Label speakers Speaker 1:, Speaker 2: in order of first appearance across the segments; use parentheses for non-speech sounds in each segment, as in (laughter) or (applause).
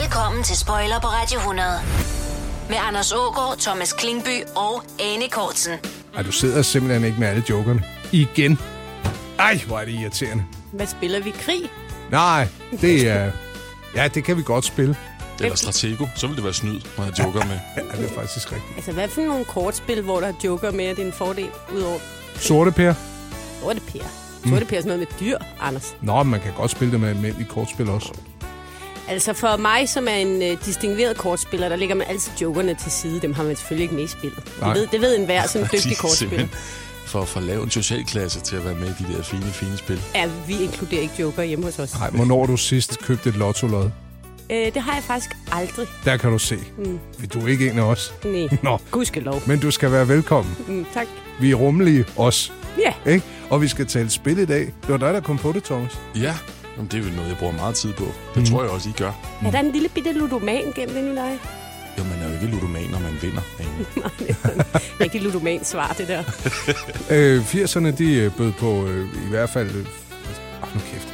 Speaker 1: Velkommen til Spoiler på Radio 100. Med Anders Ågaard, Thomas Klingby og Anne Kortsen.
Speaker 2: Ej, du sidder simpelthen ikke med alle jokerne. Igen. Ej, hvor er det irriterende.
Speaker 3: Hvad spiller vi? Krig?
Speaker 2: Nej, det er... Ja, det kan vi godt spille.
Speaker 4: Eller Stratego. Så ville det være snyd, når jeg joker med.
Speaker 2: Ja, det er faktisk rigtigt.
Speaker 3: Altså, hvad for nogle kortspil, hvor der er joker med, at det er en fordel udover...
Speaker 2: Sorte Per.
Speaker 3: Hvor er det pære? Så er
Speaker 2: Mm.
Speaker 3: det pære sådan noget med dyr, Anders.
Speaker 2: Nå, man kan godt spille det med almindelige kortspil også.
Speaker 3: Altså, for mig, som er en øh, distingueret kortspiller, der ligger man altid jokerne til side. Dem har man selvfølgelig ikke med i spillet.
Speaker 2: Nej.
Speaker 3: Det ved, det ved
Speaker 2: (laughs)
Speaker 3: enhver som dygtig
Speaker 4: De er
Speaker 3: kortspiller.
Speaker 4: simpelthen For at få lavet en socialklasse til at være med i de der fine, fine spil.
Speaker 3: Ja, vi inkluderer ikke joker hjemme hos os.
Speaker 2: Nej, hvornår du sidst købte et lotto-lod?
Speaker 3: Øh, det har jeg faktisk aldrig.
Speaker 2: Der kan du se. Mm. Du er ikke en af os.
Speaker 3: Nej.
Speaker 2: Nå,
Speaker 3: Gudskelov.
Speaker 2: men du skal være velkommen.
Speaker 3: Mm, tak.
Speaker 2: Vi er rummelige, os.
Speaker 3: Ja,
Speaker 2: Ikke? Og vi skal tale spil i dag. Det var dig, der kom på det, Thomas.
Speaker 4: Ja, Jamen, det er jo noget, jeg bruger meget tid på. Det mm. tror jeg også, I gør.
Speaker 3: er der en lille bitte ludoman gennem den i (laughs) dig?
Speaker 4: Jo, man er jo ikke ludoman, når man vinder. Ane.
Speaker 3: Rigtig ludoman svar, det der.
Speaker 2: Øh, 80'erne, de øh, bød på øh, i hvert fald... Øh, oh, nu kæft.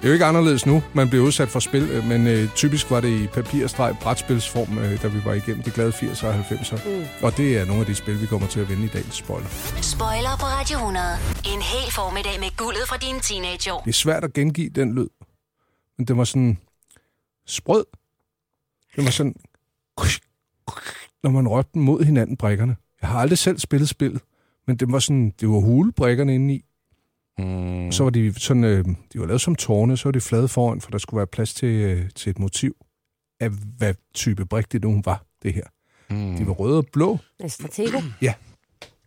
Speaker 2: Det er jo ikke anderledes nu. Man bliver udsat for spil, øh, men øh, typisk var det i papirstreg brætspilsform, øh, da vi var igennem de glade 80'er og 90'er. Mm. Og det er nogle af de spil, vi kommer til at vinde i dagens spoiler.
Speaker 1: Spoiler på Radio 100. En hel formiddag med guldet fra dine teenageår.
Speaker 2: Det er svært at gengive den lyd. Men den var sådan sprød. Den var sådan... Når man rørte den mod hinanden, brækkerne. Jeg har aldrig selv spillet spillet, men det var sådan, det var hulebrækkerne inde i. Mm. Så var de sådan, øh, de var lavet som tårne, så var de flade foran, for der skulle være plads til, øh, til et motiv af, hvad type brik det nu var, det her. Mm. De var røde og blå.
Speaker 3: Altså, Stratego.
Speaker 2: Ja,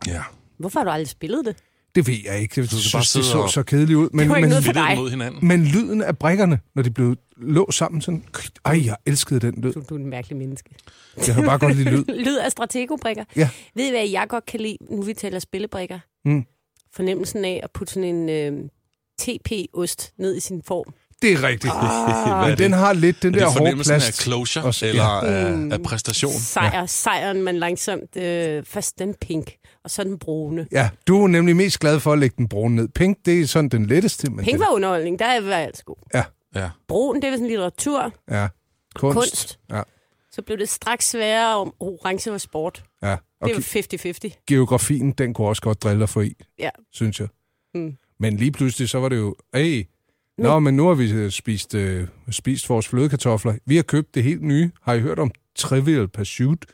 Speaker 4: Ja.
Speaker 3: Hvorfor har du aldrig spillet det?
Speaker 2: det ved jeg ikke. Jeg synes
Speaker 4: synes,
Speaker 2: bare, det
Speaker 4: det
Speaker 2: så
Speaker 4: var-
Speaker 2: så kedeligt ud. Men,
Speaker 3: var ikke
Speaker 2: men,
Speaker 3: noget for
Speaker 4: Vi
Speaker 3: dig.
Speaker 4: mod hinanden.
Speaker 2: Men lyden af brækkerne, når de blev lå sammen sådan... Ej, jeg elskede den lyd.
Speaker 3: Du, du er en mærkelig menneske.
Speaker 2: Jeg kan bare godt lide
Speaker 4: (laughs)
Speaker 2: lyd.
Speaker 3: (laughs) Lyd af strategobrikker.
Speaker 2: Ja.
Speaker 3: Ved I, hvad jeg godt kan lide, nu vi taler spillebrikker?
Speaker 2: Mm.
Speaker 3: Fornemmelsen af at putte sådan en øh, TP-ost ned i sin form.
Speaker 2: Det er rigtigt.
Speaker 4: Ah,
Speaker 2: Men den har lidt den
Speaker 4: er
Speaker 2: der
Speaker 4: det
Speaker 2: hårde
Speaker 4: fornemmelsen
Speaker 2: plast.
Speaker 4: af closure,
Speaker 2: Også-
Speaker 4: også, Mm.
Speaker 2: ja.
Speaker 4: eller af, af præstation?
Speaker 3: Sejr, ja. sejren, man langsomt... Øh, først den pink, og så den brune.
Speaker 2: Ja, du er nemlig mest glad for at lægge den brune ned. Pink, det er sådan den letteste. Men
Speaker 3: Pink
Speaker 2: den,
Speaker 3: var underholdning, der var jeg altså god.
Speaker 4: Ja.
Speaker 3: Brun, det var sådan litteratur.
Speaker 2: ja, kunst.
Speaker 3: Kunst.
Speaker 2: Ja,
Speaker 3: Så blev det straks sværere, og orange var sport.
Speaker 2: ja. Og
Speaker 3: Det var
Speaker 2: ge-
Speaker 3: 50-50.
Speaker 2: geografien, den kunne også godt drille dig for i,
Speaker 3: Ja.
Speaker 2: synes jeg.
Speaker 3: Mm.
Speaker 2: Men lige pludselig, så var det jo... Hey, Nå, men nu har vi øh, spist, øh, spist vores flødekartofler. Vi har købt det helt nye. Har I hørt om Trivial Pursuit?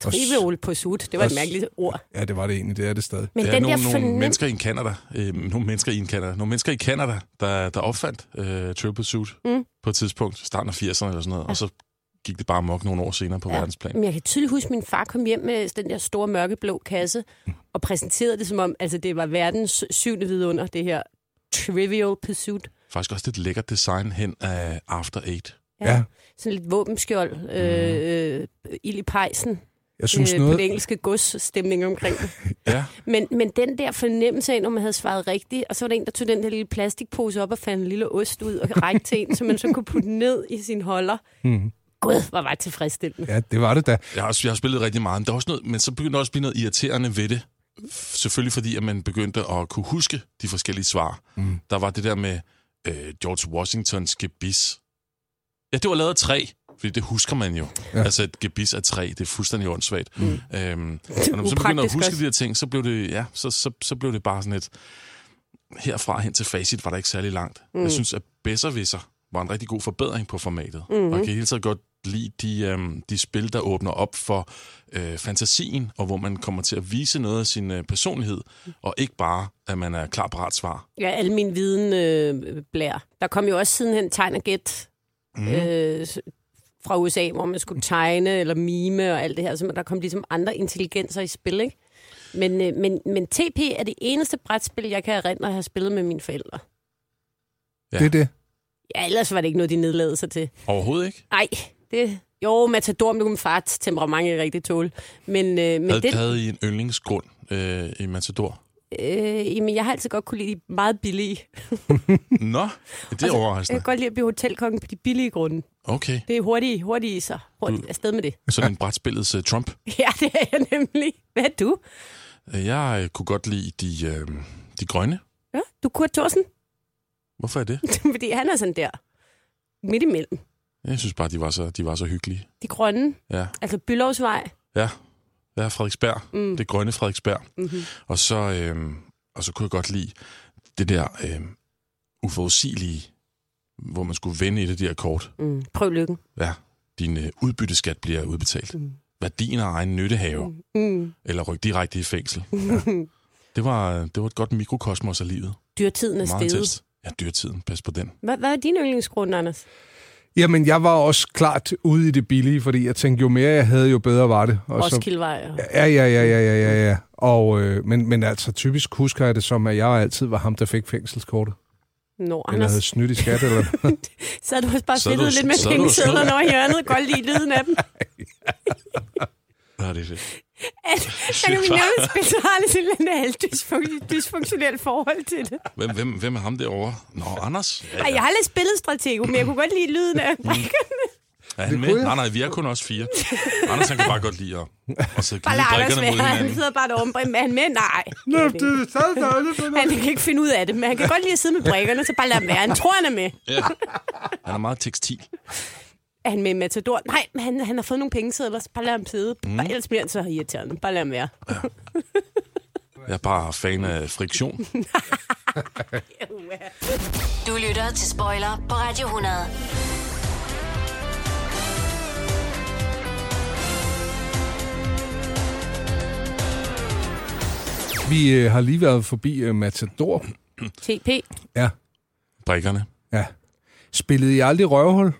Speaker 3: Trivial på sut, det var et
Speaker 2: og-
Speaker 3: mærkeligt ord.
Speaker 2: Ja, det var det egentlig. Det er det stadig.
Speaker 3: Men
Speaker 4: Der er
Speaker 3: den der
Speaker 4: nogle, nogle,
Speaker 3: fornemmelse...
Speaker 4: mennesker i Canada, øh, nogle mennesker i Canada, nogle mennesker i Canada, der, der opfandt øh, Triple Suit
Speaker 3: Mm.
Speaker 4: mm. på et tidspunkt, i starten af 80'erne eller sådan noget, ja. og så gik det bare amok nogle år senere på ja. verdensplan.
Speaker 3: Men jeg kan tydeligt huske, at min far kom hjem med den der store mørkeblå kasse og præsenterede det som om, altså det var verdens syvende vidunder, det her Trivial Pursuit.
Speaker 4: Faktisk også lidt lækkert design hen af After Eight.
Speaker 2: Ja.
Speaker 3: Sådan lidt våbenskjold, øh, øh, ild i pejsen,
Speaker 2: Jeg synes
Speaker 3: øh, på
Speaker 2: noget...
Speaker 3: det engelske godsstemning omkring det.
Speaker 4: Ja.
Speaker 3: Men, men den der fornemmelse af, når man havde svaret rigtigt, og så var der en, der tog den der lille plastikpose op og fandt en lille ost ud og rækte til en, så man så kunne putte den ned i sin holder.
Speaker 2: Mhm.
Speaker 3: Gud, hvor var det tilfredsstillende.
Speaker 2: Ja, det var det da.
Speaker 4: Jeg har, også, jeg har spillet rigtig meget, men, der er også noget, men så begyndte der også at blive noget irriterende ved det. F- Selvfølgelig fordi, at man begyndte at kunne huske de forskellige svar. Mm. Der var det der med øh, George Washingtons gebis. Ja, det var lavet af træ, fordi det husker man jo. Ja. Altså et gebis af træ, det er fuldstændig åndssvagt. Mm. Øhm, og når man så begynder at
Speaker 3: Upraktisk
Speaker 4: huske
Speaker 3: også.
Speaker 4: de der ting, så blev det, ja, så, så, så blev det bare sådan et... Herfra hen til facit var der ikke særlig langt. Mm. Jeg synes, at Besserwisser var en rigtig god forbedring på formatet. Mm-hmm. Og jeg kan helt så godt lide de, øhm, de spil, der åbner op for øh, fantasien, og hvor man kommer til at vise noget af sin øh, personlighed, og ikke bare, at man er klar parat svar.
Speaker 3: Ja, al min viden øh, blær. Der kom jo også sidenhen tegn og gæt mm. øh, s- fra USA, hvor man skulle tegne eller mime og alt det her. Så der kom ligesom andre intelligenser i spil, ikke? Men, øh, men, men TP er det eneste brætspil, jeg kan erindre at have spillet med mine forældre.
Speaker 2: Ja.
Speaker 4: Ja.
Speaker 2: Det er det.
Speaker 3: Ja, ellers var det ikke noget, de nedlagde sig til.
Speaker 4: Overhovedet ikke.
Speaker 3: Nej, det... Jo, Matador, men det kunne min fars temperament ikke rigtig tåle. Men, øh, men
Speaker 4: Havde,
Speaker 3: det,
Speaker 4: det... havde I en yndlingsgrund øh, i
Speaker 3: (laughs)
Speaker 4: Matador?
Speaker 3: øh, jamen, jeg har altid godt kunne lide de meget billige.
Speaker 4: Nå, det er
Speaker 3: Jeg
Speaker 4: overraskende.
Speaker 3: kan godt lide at blive hotelkongen på de billige grunde.
Speaker 4: Okay,
Speaker 3: Det er hurtige, hurtige så hurtigt afsted med det.
Speaker 4: sådan en brætspillets uh, Trump.
Speaker 3: (laughs) Ja, det er jeg nemlig. Hvad er du?
Speaker 4: Øh, Jeg øh, kunne godt lide de, øh, de grønne.
Speaker 3: Ja, du er Kurt Thorsen, (laughs)
Speaker 4: Hvorfor er det?
Speaker 3: fordi han er sådan der midt imellem.
Speaker 4: Jeg synes bare, de var så, de var så hyggelige.
Speaker 3: De grønne,
Speaker 4: Ja,
Speaker 3: altså Bylovsvej.
Speaker 4: ja. ja Frederiksberg.
Speaker 3: Mm.
Speaker 4: Det grønne Frederiksberg.
Speaker 3: Mm-hmm.
Speaker 4: Og så, øh, og så kunne jeg godt lide det der øh, uforudsigelige, hvor man skulle vende et af de her kort.
Speaker 3: Mm. Prøv lykken.
Speaker 4: Ja, din øh, udbytteskat bliver udbetalt.
Speaker 3: Mm.
Speaker 4: Værdien af egen nyttehave. Mm.
Speaker 3: Mm.
Speaker 4: Eller ryk direkte i
Speaker 3: (laughs)
Speaker 4: fængsel. Ja. Det, var, det var et godt mikrokosmos af livet.
Speaker 3: Dyrtiden er
Speaker 4: Meget
Speaker 3: steget.
Speaker 4: tæt. Ja, dyrtiden. Pas på den.
Speaker 3: Hvad, hvad er din yndlingsgrund, Anders?
Speaker 2: Jamen, jeg var også klart ude i det billige, fordi jeg tænkte, jo mere jeg havde, jo bedre var det. Og så,
Speaker 3: Roskildevej. Og...
Speaker 2: ja, ja, ja, ja, ja, ja, ja. Og, øh, men, men altså, typisk husker jeg det som, at jeg altid var ham, der fik fængselskortet.
Speaker 3: Nå,
Speaker 2: Eller havde
Speaker 3: Anders,
Speaker 2: snydt i skat, eller
Speaker 3: (laughs) så har du også bare
Speaker 4: Så er du-
Speaker 3: fedtet lidt med
Speaker 4: så er du-
Speaker 3: pengesedlerne over i hjørnet. Godt lide lyden af
Speaker 4: (laughs)
Speaker 3: dem.
Speaker 4: Ja, det er fedt.
Speaker 3: Så kan vi nærmest betragte til en halv dysfunk- dysfunktionel forhold til det.
Speaker 4: Hvem, hvem, hvem er ham derovre? Nå, Anders? Ja,
Speaker 3: Ej, jeg har aldrig spillet stratego, men jeg kunne godt lide lyden
Speaker 4: Mm.
Speaker 3: af
Speaker 4: Er han
Speaker 2: kunne
Speaker 4: med?
Speaker 2: jeg.
Speaker 4: Nej, nej, vi er kun os fire. Anders, han kan bare godt lide at, at sidde og
Speaker 3: Bare
Speaker 4: glide
Speaker 3: lad Anders
Speaker 4: drikkerne mod
Speaker 3: være. Han
Speaker 4: hinanden.
Speaker 3: (laughs) sidder bare derovre med han med. Nej.
Speaker 2: noget.
Speaker 3: Han kan ikke finde ud af det, men han kan godt lide at sidde med brikkerne, så bare lad ham være. Han tror, han er med.
Speaker 4: Ja. Han er meget tekstil.
Speaker 3: Er han med i Matador? Nej, men han, han har fået nogle pengesedler, så bare lad ham sidde.
Speaker 2: Mm.
Speaker 3: Bare, ellers bliver han så irriterende. Bare lad ham være.
Speaker 4: Jeg er bare fan af
Speaker 3: (laughs)
Speaker 4: friktion.
Speaker 1: Du lytter til Spoiler på Radio 100.
Speaker 2: Vi øh, har lige været forbi øh, Matador.
Speaker 3: TP.
Speaker 2: Ja,
Speaker 4: Brikkerne.
Speaker 2: ja. Spillede I aldrig røvhul?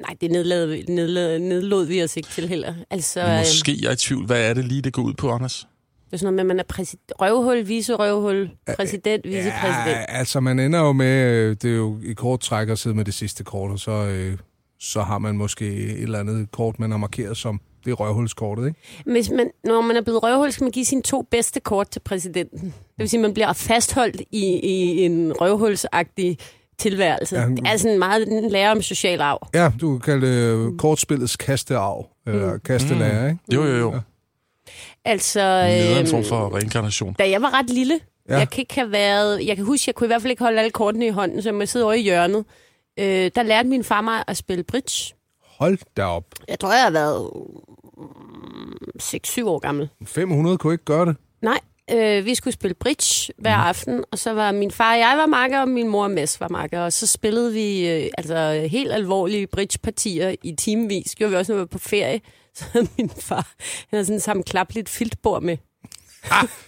Speaker 3: Nej, det nedlod, nedlod, nedlod vi os ikke til heller. Altså, øh,
Speaker 4: Måske jeg er i tvivl. Hvad er det lige, det går ud på, Anders?
Speaker 3: det er sådan noget med, at man er præsid- røvhul, vice røvhul, præsident, vice
Speaker 2: Ja,
Speaker 3: præsident.
Speaker 2: altså man ender jo med, øh, det er jo i kort træk at sidde med det sidste kort, og så, øh, så har man måske et eller andet kort, man har markeret som det er røvhulskortet, ikke?
Speaker 3: Hvis man, når man er blevet røvhul, skal man give sine to bedste kort til præsidenten. Det vil sige, at man bliver fastholdt i, i en røvhulsagtig tilværelse.
Speaker 2: Ja.
Speaker 3: Ja. Det er sådan meget en lære om social arv.
Speaker 2: Ja, du kan kalde det
Speaker 3: Mm.
Speaker 2: øh, kortspillets kastearv, eller mm. kastelærer, ikke?
Speaker 4: Jo, jo, jo.
Speaker 3: Altså,
Speaker 4: Det er en
Speaker 3: øhm,
Speaker 4: form for reinkarnation.
Speaker 3: da jeg var ret lille,
Speaker 2: Ja.
Speaker 3: ja. jeg kan ikke have været... Jeg kan huske, jeg kunne i hvert fald ikke holde alle kortene i hånden, så jeg må sidde over i hjørnet. Øh, der lærte min far mig at spille bridge.
Speaker 2: Hold da op.
Speaker 3: Jeg tror, jeg har været mm, 6-7 år gammel.
Speaker 2: 500 kunne ikke gøre det.
Speaker 3: Nej, øh, vi skulle spille bridge hver aften, og så var min far og jeg var makker, og min mor og Mads var makker, og så spillede vi øh, altså helt alvorlige bridgepartier i timevis. Gjorde vi også, når vi var på ferie. (laughs) Så havde min far, han havde sådan sammen klapligt filtbord med.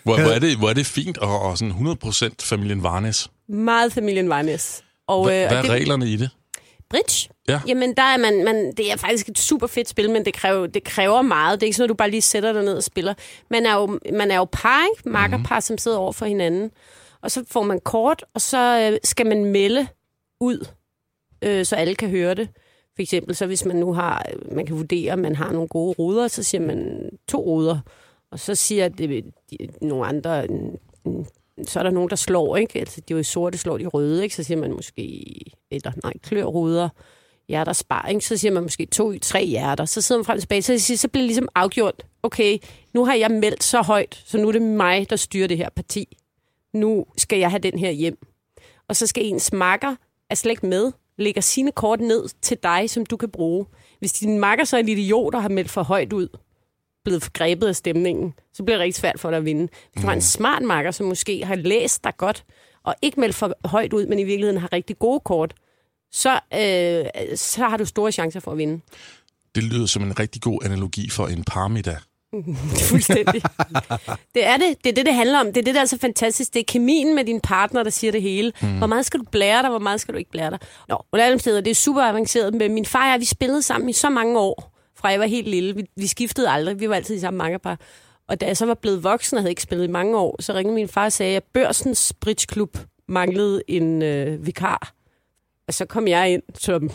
Speaker 4: Hvor, hvor, er, det, hvor er det fint, og, og sådan 100% familien Varnes.
Speaker 3: Meget familien Varnes. Og, øh,
Speaker 4: Hvad,
Speaker 3: og
Speaker 4: hvad
Speaker 3: det-
Speaker 4: er reglerne i det?
Speaker 3: Bridge?
Speaker 4: Ja.
Speaker 3: Jamen, der er man, man, det er faktisk et super fedt spil, men det kræver, det kræver meget. Det er ikke sådan, at du bare lige sætter dig ned og spiller. Man er jo, man er jo par, ikke? Makkerpar, som sidder over for hinanden. Og så får man kort, og så øh, skal man melde ud, øh, så alle kan høre det. For eksempel, så hvis man nu har, øh, man kan vurdere, om man har nogle gode ruder, så siger man to ruder. Og så siger det, de, nogle andre, mm, mm, så er der nogen, der slår, ikke? Altså, de er jo i sorte, slår de røde, ikke? Så siger man måske, eller nej, klørruder, hjerter spar, ikke? Så siger man måske to, tre hjerter. Så sidder man frem og tilbage, så, siger, så bliver det ligesom afgjort, okay, nu har jeg meldt så højt, så nu er det mig, der styrer det her parti. Nu skal jeg have den her hjem. Og så skal ens makker er slet ikke med, lægger sine kort ned til dig, som du kan bruge. Hvis din makker så er en idiot, der har meldt for højt ud, blevet grebet af stemningen, så bliver det rigtig svært for dig at vinde. Hvis du har en smart makker, som måske har læst dig godt, og ikke meldt for højt ud, men i virkeligheden har rigtig gode kort, så, øh, så har du store chancer for at vinde.
Speaker 4: Det lyder som en rigtig god analogi for en parmiddag.
Speaker 3: (laughs) Fuldstændig. det er det. Det er det, det handler om. Det er det, der er så fantastisk. Det er kemien med din partner, der siger det hele. Mm. Hvor meget skal du blære dig, hvor meget skal du ikke blære dig? Nå, under alle omstændigheder, det er super avanceret. Men min far og jeg, vi spillede sammen i så mange år, fra jeg var helt lille. Vi, vi skiftede aldrig. Vi var altid i samme makkerpar. Og da jeg så var blevet voksen og havde ikke spillet i mange år, så ringede min far og sagde, at Børsens Bridgeklub manglede en øh, vikar. Og så kom jeg ind som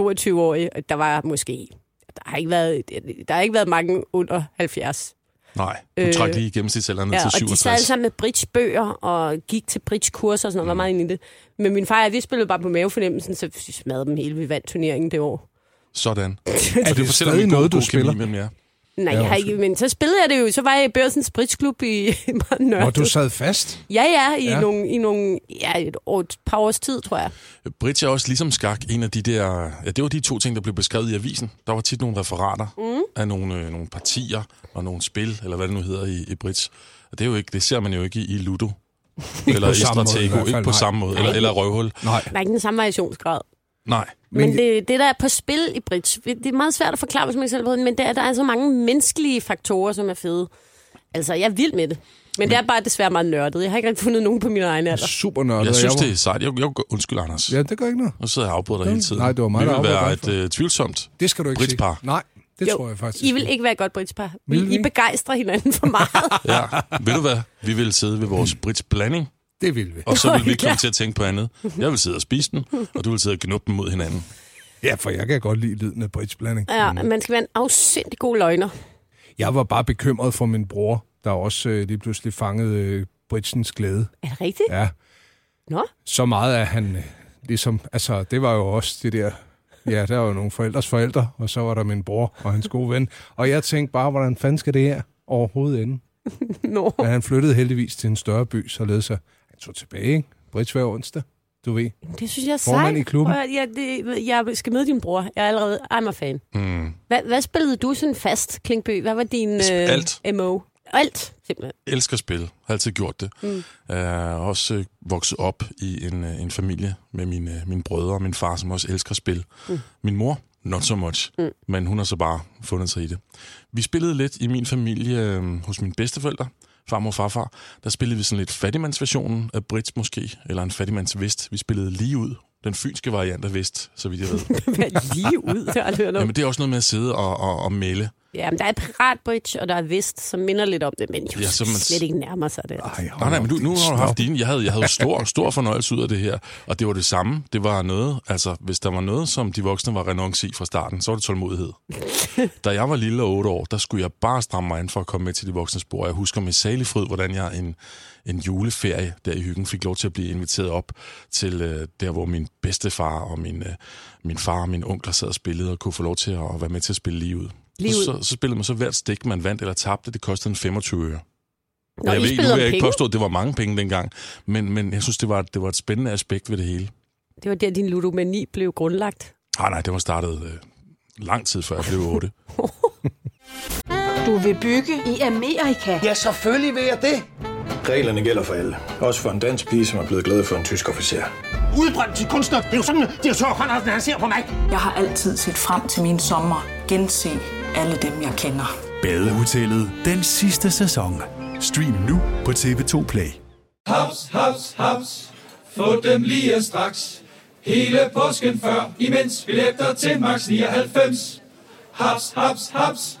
Speaker 3: 22-årig, og der var måske... Der har, ikke været, der har ikke været mange under 70.
Speaker 4: Nej, du øh,
Speaker 3: Øh,
Speaker 4: trak lige gennemsnitsalderen ned
Speaker 3: Ja,
Speaker 4: til
Speaker 3: og de sad alle
Speaker 4: 67.
Speaker 3: sammen med bridgebøger og gik til bridgekurser og sådan noget,
Speaker 2: Mm.
Speaker 3: var meget inde i det. Men min far og jeg, vi spillede bare på mavefornemmelsen, så
Speaker 2: (laughs)
Speaker 3: vi smadrede dem hele, vi vandt turneringen det år.
Speaker 4: Sådan.
Speaker 2: Er
Speaker 4: Og
Speaker 2: det
Speaker 4: fortæller om
Speaker 2: stadig
Speaker 4: en god-
Speaker 2: noget, du
Speaker 4: god kemi
Speaker 2: spiller?
Speaker 4: mellem jer.
Speaker 3: Nej,
Speaker 2: Ja,
Speaker 3: jeg har
Speaker 2: undskyld.
Speaker 3: ikke, men så spillede jeg det jo. Så var jeg i Børsens Bridgeklub i Nørre.
Speaker 2: Nå, du sad fast.
Speaker 3: Ja, ja, i,
Speaker 2: Ja.
Speaker 3: ja. Nogle, i nogle, ja, et, år, et par års tid, tror jeg.
Speaker 4: Bridge er også ligesom skak en af de der... Ja, det var de to ting, der blev beskrevet i avisen. Der var tit nogle referater mm. af nogle, øh, nogle partier og nogle spil, eller hvad det nu hedder i, i Bridge. Og det, er jo ikke, det ser man jo ikke i, i
Speaker 2: (laughs)
Speaker 4: Ludo. eller
Speaker 2: på
Speaker 4: i
Speaker 2: samme måde i
Speaker 4: Stratego.
Speaker 2: hvert
Speaker 4: Ikke
Speaker 2: fald,
Speaker 4: på
Speaker 2: nej.
Speaker 4: samme måde. Eller, eller Røvhul.
Speaker 2: Nej.
Speaker 3: Der er ikke den samme variationsgrad.
Speaker 4: Nej.
Speaker 2: Men-
Speaker 3: Men, men det, det, der er på spil i bridge, det er meget svært at forklare, hvis man ikke selv ved det, men det er, der er så mange menneskelige faktorer, som er fede. Altså, jeg er vild med det. Men, men det er bare desværre meget nørdet. Jeg har ikke rigtig fundet nogen på min egen alder.
Speaker 2: Super nørdet.
Speaker 4: Jeg
Speaker 2: og
Speaker 4: synes,
Speaker 2: var-
Speaker 4: det er sejt. Jeg, jeg, undskyld, Anders.
Speaker 2: Ja, det gør ikke noget.
Speaker 4: Nu sidder jeg og afbryder dig
Speaker 2: Nå,
Speaker 4: hele tiden.
Speaker 2: nej, det var mig,
Speaker 4: Vi
Speaker 2: der
Speaker 4: vil være
Speaker 2: afbrød
Speaker 4: et øh, tvivlsomt.
Speaker 2: Det skal du ikke
Speaker 4: Britspar.
Speaker 2: sige. Nej, det
Speaker 3: Jo,
Speaker 2: tror jeg faktisk.
Speaker 3: I vil ikke være et godt bridgepar. I,
Speaker 2: Vil vi?
Speaker 3: I begejstrer hinanden for
Speaker 2: (laughs)
Speaker 3: meget.
Speaker 4: Ja. Ved du hvad? Vi vil sidde ved vores Brits blanding,
Speaker 2: Det vil vi. (laughs)
Speaker 4: og så vil vi ikke
Speaker 3: Ja.
Speaker 4: komme til at tænke på andet. Jeg vil sidde og spise den, og du vil sidde og knuppe den mod hinanden.
Speaker 2: Ja, for jeg kan godt lide lyden af bridgeblanding.
Speaker 3: ja, man skal være en afsindig god løgner.
Speaker 2: Jeg var bare bekymret for min bror, der også øh, lige pludselig fangede øh, Britsens glæde.
Speaker 3: Er det rigtigt?
Speaker 2: Ja,
Speaker 3: Nå?
Speaker 2: så meget at han øh, ligesom... Altså, det var jo også det der... Ja, der var jo nogle forældres forældre, og så var der min bror og hans gode ven. Og jeg tænkte bare, hvordan fanden skal det her overhovedet ende?
Speaker 3: Nå.
Speaker 2: Men han flyttede heldigvis til en større by, således at han tog tilbage, ikke? Brits hver onsdag, du ved.
Speaker 3: Det synes jeg er sejt.
Speaker 2: Formand i klubben.
Speaker 3: Prøv at- Jeg, det, jeg skal møde din bror. Jeg er allerede... I'm a fan.
Speaker 4: Mm.
Speaker 3: Hvad, hvad spillede du sådan fast, Klingby? Hvad var din øh,
Speaker 4: Alt.
Speaker 3: MO? Alt, simpelthen. (laughs)
Speaker 4: elsker spil. Har altid gjort det. Mm. Uh, også øh, vokset op i en, øh, en familie med mine, øh, mine brødre og min far, som også elsker spil. Mm. Min mor, not so much, mm. men hun har så bare fundet sig i det. Vi spillede lidt i min familie øh, hos mine bedsteforældre, farmor og farfar. Der spillede vi sådan lidt fattigmandsversionen af Brits måske, eller en fattigmandsvest. Vi spillede lige ud. Den fynske variant af vest, så vidt jeg (laughs) ved.
Speaker 3: Vær lige ud, det har jeg aldrig hørt om.
Speaker 4: Jamen, det er også noget med at sidde og, og, og melde.
Speaker 3: Ja, men der er Piratbridge, og der er Vest, som minder lidt om det, men jo,
Speaker 4: Ja,
Speaker 3: ja,
Speaker 4: så
Speaker 3: som
Speaker 4: man-
Speaker 3: slet ikke nærmer sig det.
Speaker 2: Ej, hold
Speaker 4: Nej, nej,
Speaker 2: op,
Speaker 4: men du, nu
Speaker 2: din
Speaker 4: har du haft
Speaker 2: snob.
Speaker 4: dine. Jeg havde, jeg havde jo stor, (laughs) stor fornøjelse ud af det her, og det var det samme. Det var noget, altså hvis der var noget, som de voksne var renonce i fra starten, så var det tålmodighed. da jeg var lille og otte år, der skulle jeg bare stramme mig an for at komme med til de voksne spor. Jeg husker med salig fryd, hvordan jeg en, en juleferie der i hyggen fik lov til at blive inviteret op til øh, der, hvor min bedstefar og min, øh, min far og min onkler sad og spillede og kunne få lov til at, at være med til at spille lige ud.
Speaker 3: Lige
Speaker 4: Så,
Speaker 3: ud.
Speaker 4: så, så spillede man så hvert stik, man vandt eller tabte. Det kostede en 25 øre.
Speaker 3: Nå,
Speaker 4: Og jeg
Speaker 3: I
Speaker 4: ved, nu
Speaker 3: spillede
Speaker 4: vil
Speaker 3: om
Speaker 4: jeg ikke
Speaker 3: penge.
Speaker 4: påstå, at det var mange penge dengang, men, men jeg synes, det var, det var et spændende aspekt ved det hele.
Speaker 3: Det var der, din ludomani blev grundlagt.
Speaker 4: Ah, nej, det var startet øh, lang tid før jeg blev
Speaker 3: (laughs)
Speaker 4: 8.
Speaker 5: Du vil bygge i Amerika?
Speaker 6: Ja, selvfølgelig vil jeg det.
Speaker 7: Reglerne gælder for alle. Også for en dansk pige, som er blevet glad for en tysk officer.
Speaker 6: Udbrændt til kunstner. Det er jo sådan, at direktør Conradsen, han ser på mig.
Speaker 5: Jeg har altid set frem til min sommer. Gense alle dem, jeg kender.
Speaker 8: Badehotellet den sidste sæson. Stream nu på TV2 Play.
Speaker 9: Haps, haps, haps. Få dem lige straks. Hele påsken før, imens billetter til max 99. Haps, haps, haps.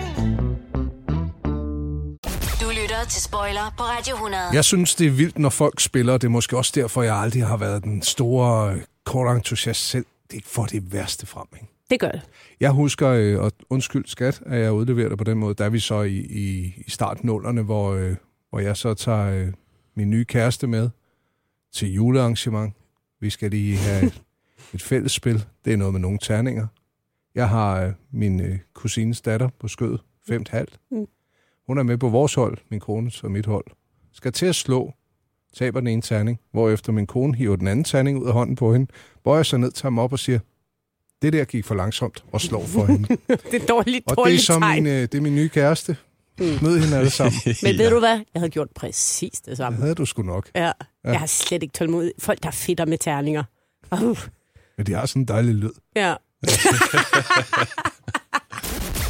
Speaker 1: Du lytter til Spoiler på Radio 100.
Speaker 2: Jeg synes, det er vildt, når folk spiller, og det er måske også derfor, jeg aldrig har været den store øh, kortentusiast selv. Det får det værste frem, ikke?
Speaker 3: Det gør det.
Speaker 2: Jeg husker, øh, og undskyld skat, at jeg udleverer det på den måde, der er vi så i, i, i startnullerne, hvor, øh, hvor jeg så tager øh, min nye kæreste med til julearrangement. Vi skal lige have et, et fællesspil. Det er noget med nogle terninger. Jeg har øh, min øh, kusines datter på skød, 5,5. Hun er med på vores hold, min kones og mit hold. Skal til at slå, taber den ene terning, hvorefter min kone hiver den anden terning ud af hånden på hende, bøjer sig ned, tager ham op og siger, det der gik for langsomt og slår for
Speaker 3: (laughs)
Speaker 2: hende.
Speaker 3: Det er dårligt,
Speaker 2: Og det er,
Speaker 3: dårligt
Speaker 2: så
Speaker 3: tegn. Mm.
Speaker 2: min, øh, det er min nye kæreste. Mød hende alle
Speaker 3: (laughs)
Speaker 2: sammen.
Speaker 3: Men ved du hvad? Jeg havde gjort præcis det samme.
Speaker 2: Det havde du sgu nok.
Speaker 3: Ja. Jeg har slet ikke tålmodighed. Folk, der fitter med terninger. Uh,
Speaker 2: Men de har sådan en dejlig lyd.
Speaker 3: ja.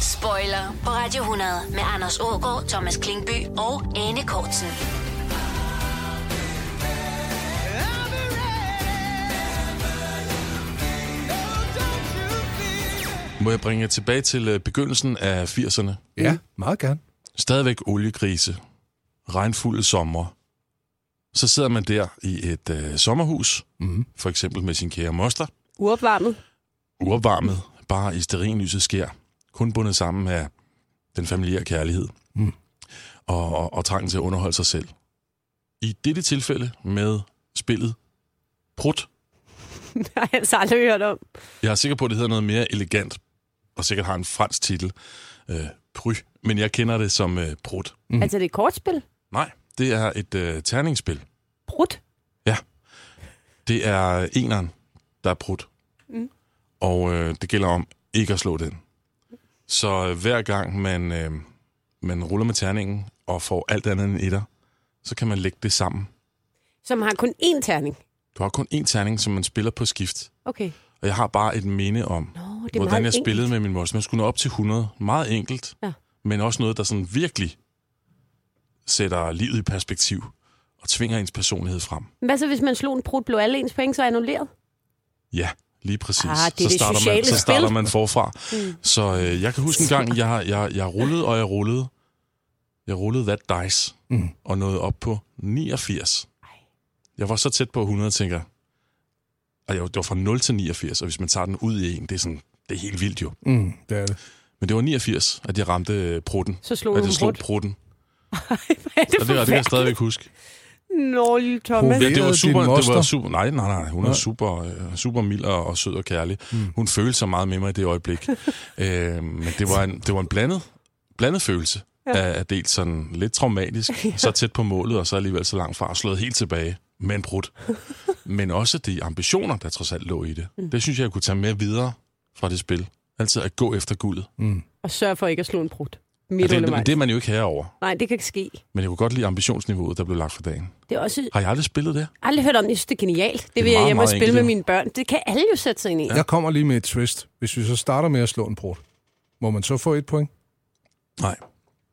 Speaker 1: Spoiler på Radio 100 med Anders Ågaard, Thomas Klingby og Anne Kortsen.
Speaker 4: Må jeg bringe jer tilbage til øh, begyndelsen af 80'erne?
Speaker 3: Mm.
Speaker 2: Ja, meget gerne.
Speaker 4: Stadigvæk oliekrise. Regnfulde sommer. Så sidder man der i et øh, sommerhus,
Speaker 3: Mhm.
Speaker 4: mm-hmm. for eksempel med sin kære moster,
Speaker 3: Uopvarmet. (laughs)
Speaker 4: uopvarmet, bare i sterinlyset sker, kun bundet sammen af den familiære kærlighed
Speaker 2: Mm.
Speaker 4: og, og, og trangen til at underholde sig selv. I dette tilfælde med spillet Prut.
Speaker 3: det har jeg altså aldrig hørt om.
Speaker 4: Jeg er sikker på, at det hedder noget mere elegant, og sikkert har en fransk titel, øh, Pry, men jeg kender det som øh, Prut.
Speaker 3: Mm. Altså, det er et kortspil.
Speaker 4: Nej, det er et øh, terningsspil.
Speaker 3: Brudt.
Speaker 4: Ja. Det er eneren, der er brudt.
Speaker 3: Mm.
Speaker 4: Mm. Og øh, det gælder om ikke at slå den. Så øh, hver gang man, øh, man ruller med terningen og får alt andet end etter, så kan man lægge det sammen.
Speaker 3: Som har kun én terning.
Speaker 4: Du har kun én terning, som man spiller på skift.
Speaker 3: Okay.
Speaker 4: Og jeg har bare et minde om, Nå,
Speaker 3: er meget
Speaker 4: hvordan jeg spillede med min mors. Man skulle nå op til 100. Meget enkelt.
Speaker 3: Ja.
Speaker 4: Men også noget, der sådan virkelig sætter livet i perspektiv og tvinger ens personlighed frem.
Speaker 3: Hvad så, hvis man slog en brud, blev alle ens point så (laughs) annulleret?
Speaker 4: Ja, lige præcis.
Speaker 3: Ah, det er det
Speaker 4: så, starter
Speaker 3: sociale
Speaker 4: man, så starter
Speaker 3: spil.
Speaker 4: man forfra.
Speaker 3: Mm.
Speaker 4: Så øh, jeg kan huske en gang, jeg, jeg, jeg rullede og jeg rullede. Jeg rullede that dice
Speaker 2: Mm.
Speaker 4: og nåede op på 89. Jeg var så tæt på 100, tænker jeg. Og jeg, det var fra 0 til 89, og hvis man tager den ud i en, det er, sådan, det er helt vildt jo.
Speaker 2: Mm, det er det.
Speaker 4: Men det var 89, at jeg ramte øh, prutten.
Speaker 3: Så slog
Speaker 4: at
Speaker 3: du
Speaker 4: jeg
Speaker 3: en
Speaker 4: slog
Speaker 3: prut.
Speaker 4: prutten.
Speaker 3: Er det
Speaker 4: Og det, og det kan jeg
Speaker 3: forfærdeligt?
Speaker 4: stadigvæk huske.
Speaker 3: Nå, lille Thomas.
Speaker 4: Ja, det var
Speaker 2: din
Speaker 4: super, det
Speaker 2: moster?
Speaker 4: var super, nej, nej, nej, hun er
Speaker 2: Nej.
Speaker 4: super, øh, super mild og, og sød og kærlig. Mm. Hun følte sig meget med mig i det (laughs) øjeblik. øh, men det var en, det var en blandet, blandet følelse.
Speaker 3: Ja.
Speaker 4: Ja. Af, af dels sådan lidt traumatisk,
Speaker 3: Ja.
Speaker 4: (laughs) ja. så tæt på målet, og så alligevel så langt fra, og slået helt tilbage, men brudt. (laughs) men også de ambitioner, der trods alt lå i det. Mm. Det synes jeg, jeg kunne tage med videre fra det spil. Altså at gå efter guldet.
Speaker 2: Mm.
Speaker 3: Og sørg for ikke at slå en brud.
Speaker 4: Ja,
Speaker 3: Midt
Speaker 4: det,
Speaker 3: undervejs.
Speaker 4: det, det er man jo ikke herover.
Speaker 3: Nej, det kan ikke ske.
Speaker 4: Men jeg kunne godt lide ambitionsniveauet, der blev lagt for dagen.
Speaker 3: Det er også
Speaker 4: Har jeg aldrig spillet det?
Speaker 3: aldrig hørt om. det. Jeg synes, det er genialt. Det, det
Speaker 4: er
Speaker 3: vil jeg
Speaker 4: meget,
Speaker 3: hjemme og
Speaker 4: meget
Speaker 3: spille
Speaker 4: enkelt,
Speaker 3: med
Speaker 4: jo.
Speaker 3: mine børn. Det kan alle jo sætte sig ind i.
Speaker 2: Ja. Jeg kommer lige med et twist. Hvis vi så starter med at slå en brud, må man så få et point?
Speaker 4: Nej.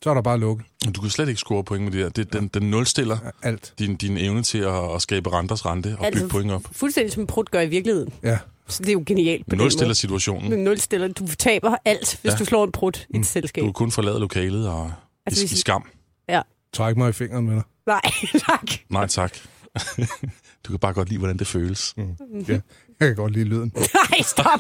Speaker 2: Så er der bare lukket.
Speaker 4: Men Du kan slet ikke score point med det der. Det, den, den nulstiller
Speaker 2: alt.
Speaker 4: Din, din evne til at, at skabe renters rente og
Speaker 3: Altså,
Speaker 4: bygge point op.
Speaker 3: Fuldstændig som prut gør i virkeligheden.
Speaker 2: Ja.
Speaker 3: Så det er jo genialt på
Speaker 4: Nulstiller
Speaker 3: den
Speaker 4: situationen.
Speaker 3: måde. Men Nul stiller. Du taber alt, hvis ja.
Speaker 4: Mm. Ja.
Speaker 3: du slår en prut i et selskab.
Speaker 4: Du kan kun forlade lokalet og
Speaker 3: Altså,
Speaker 4: altså, i,
Speaker 3: hvis-
Speaker 4: i skam.
Speaker 3: Ja.
Speaker 2: Træk mig i fingeren med dig.
Speaker 3: Nej, (laughs) tak.
Speaker 4: Nej,
Speaker 3: (laughs)
Speaker 4: tak. du kan bare godt lide, hvordan det føles. Mm.
Speaker 3: Mhm.
Speaker 2: Ja. Jeg kan godt lide lyden.
Speaker 3: Nej, stop.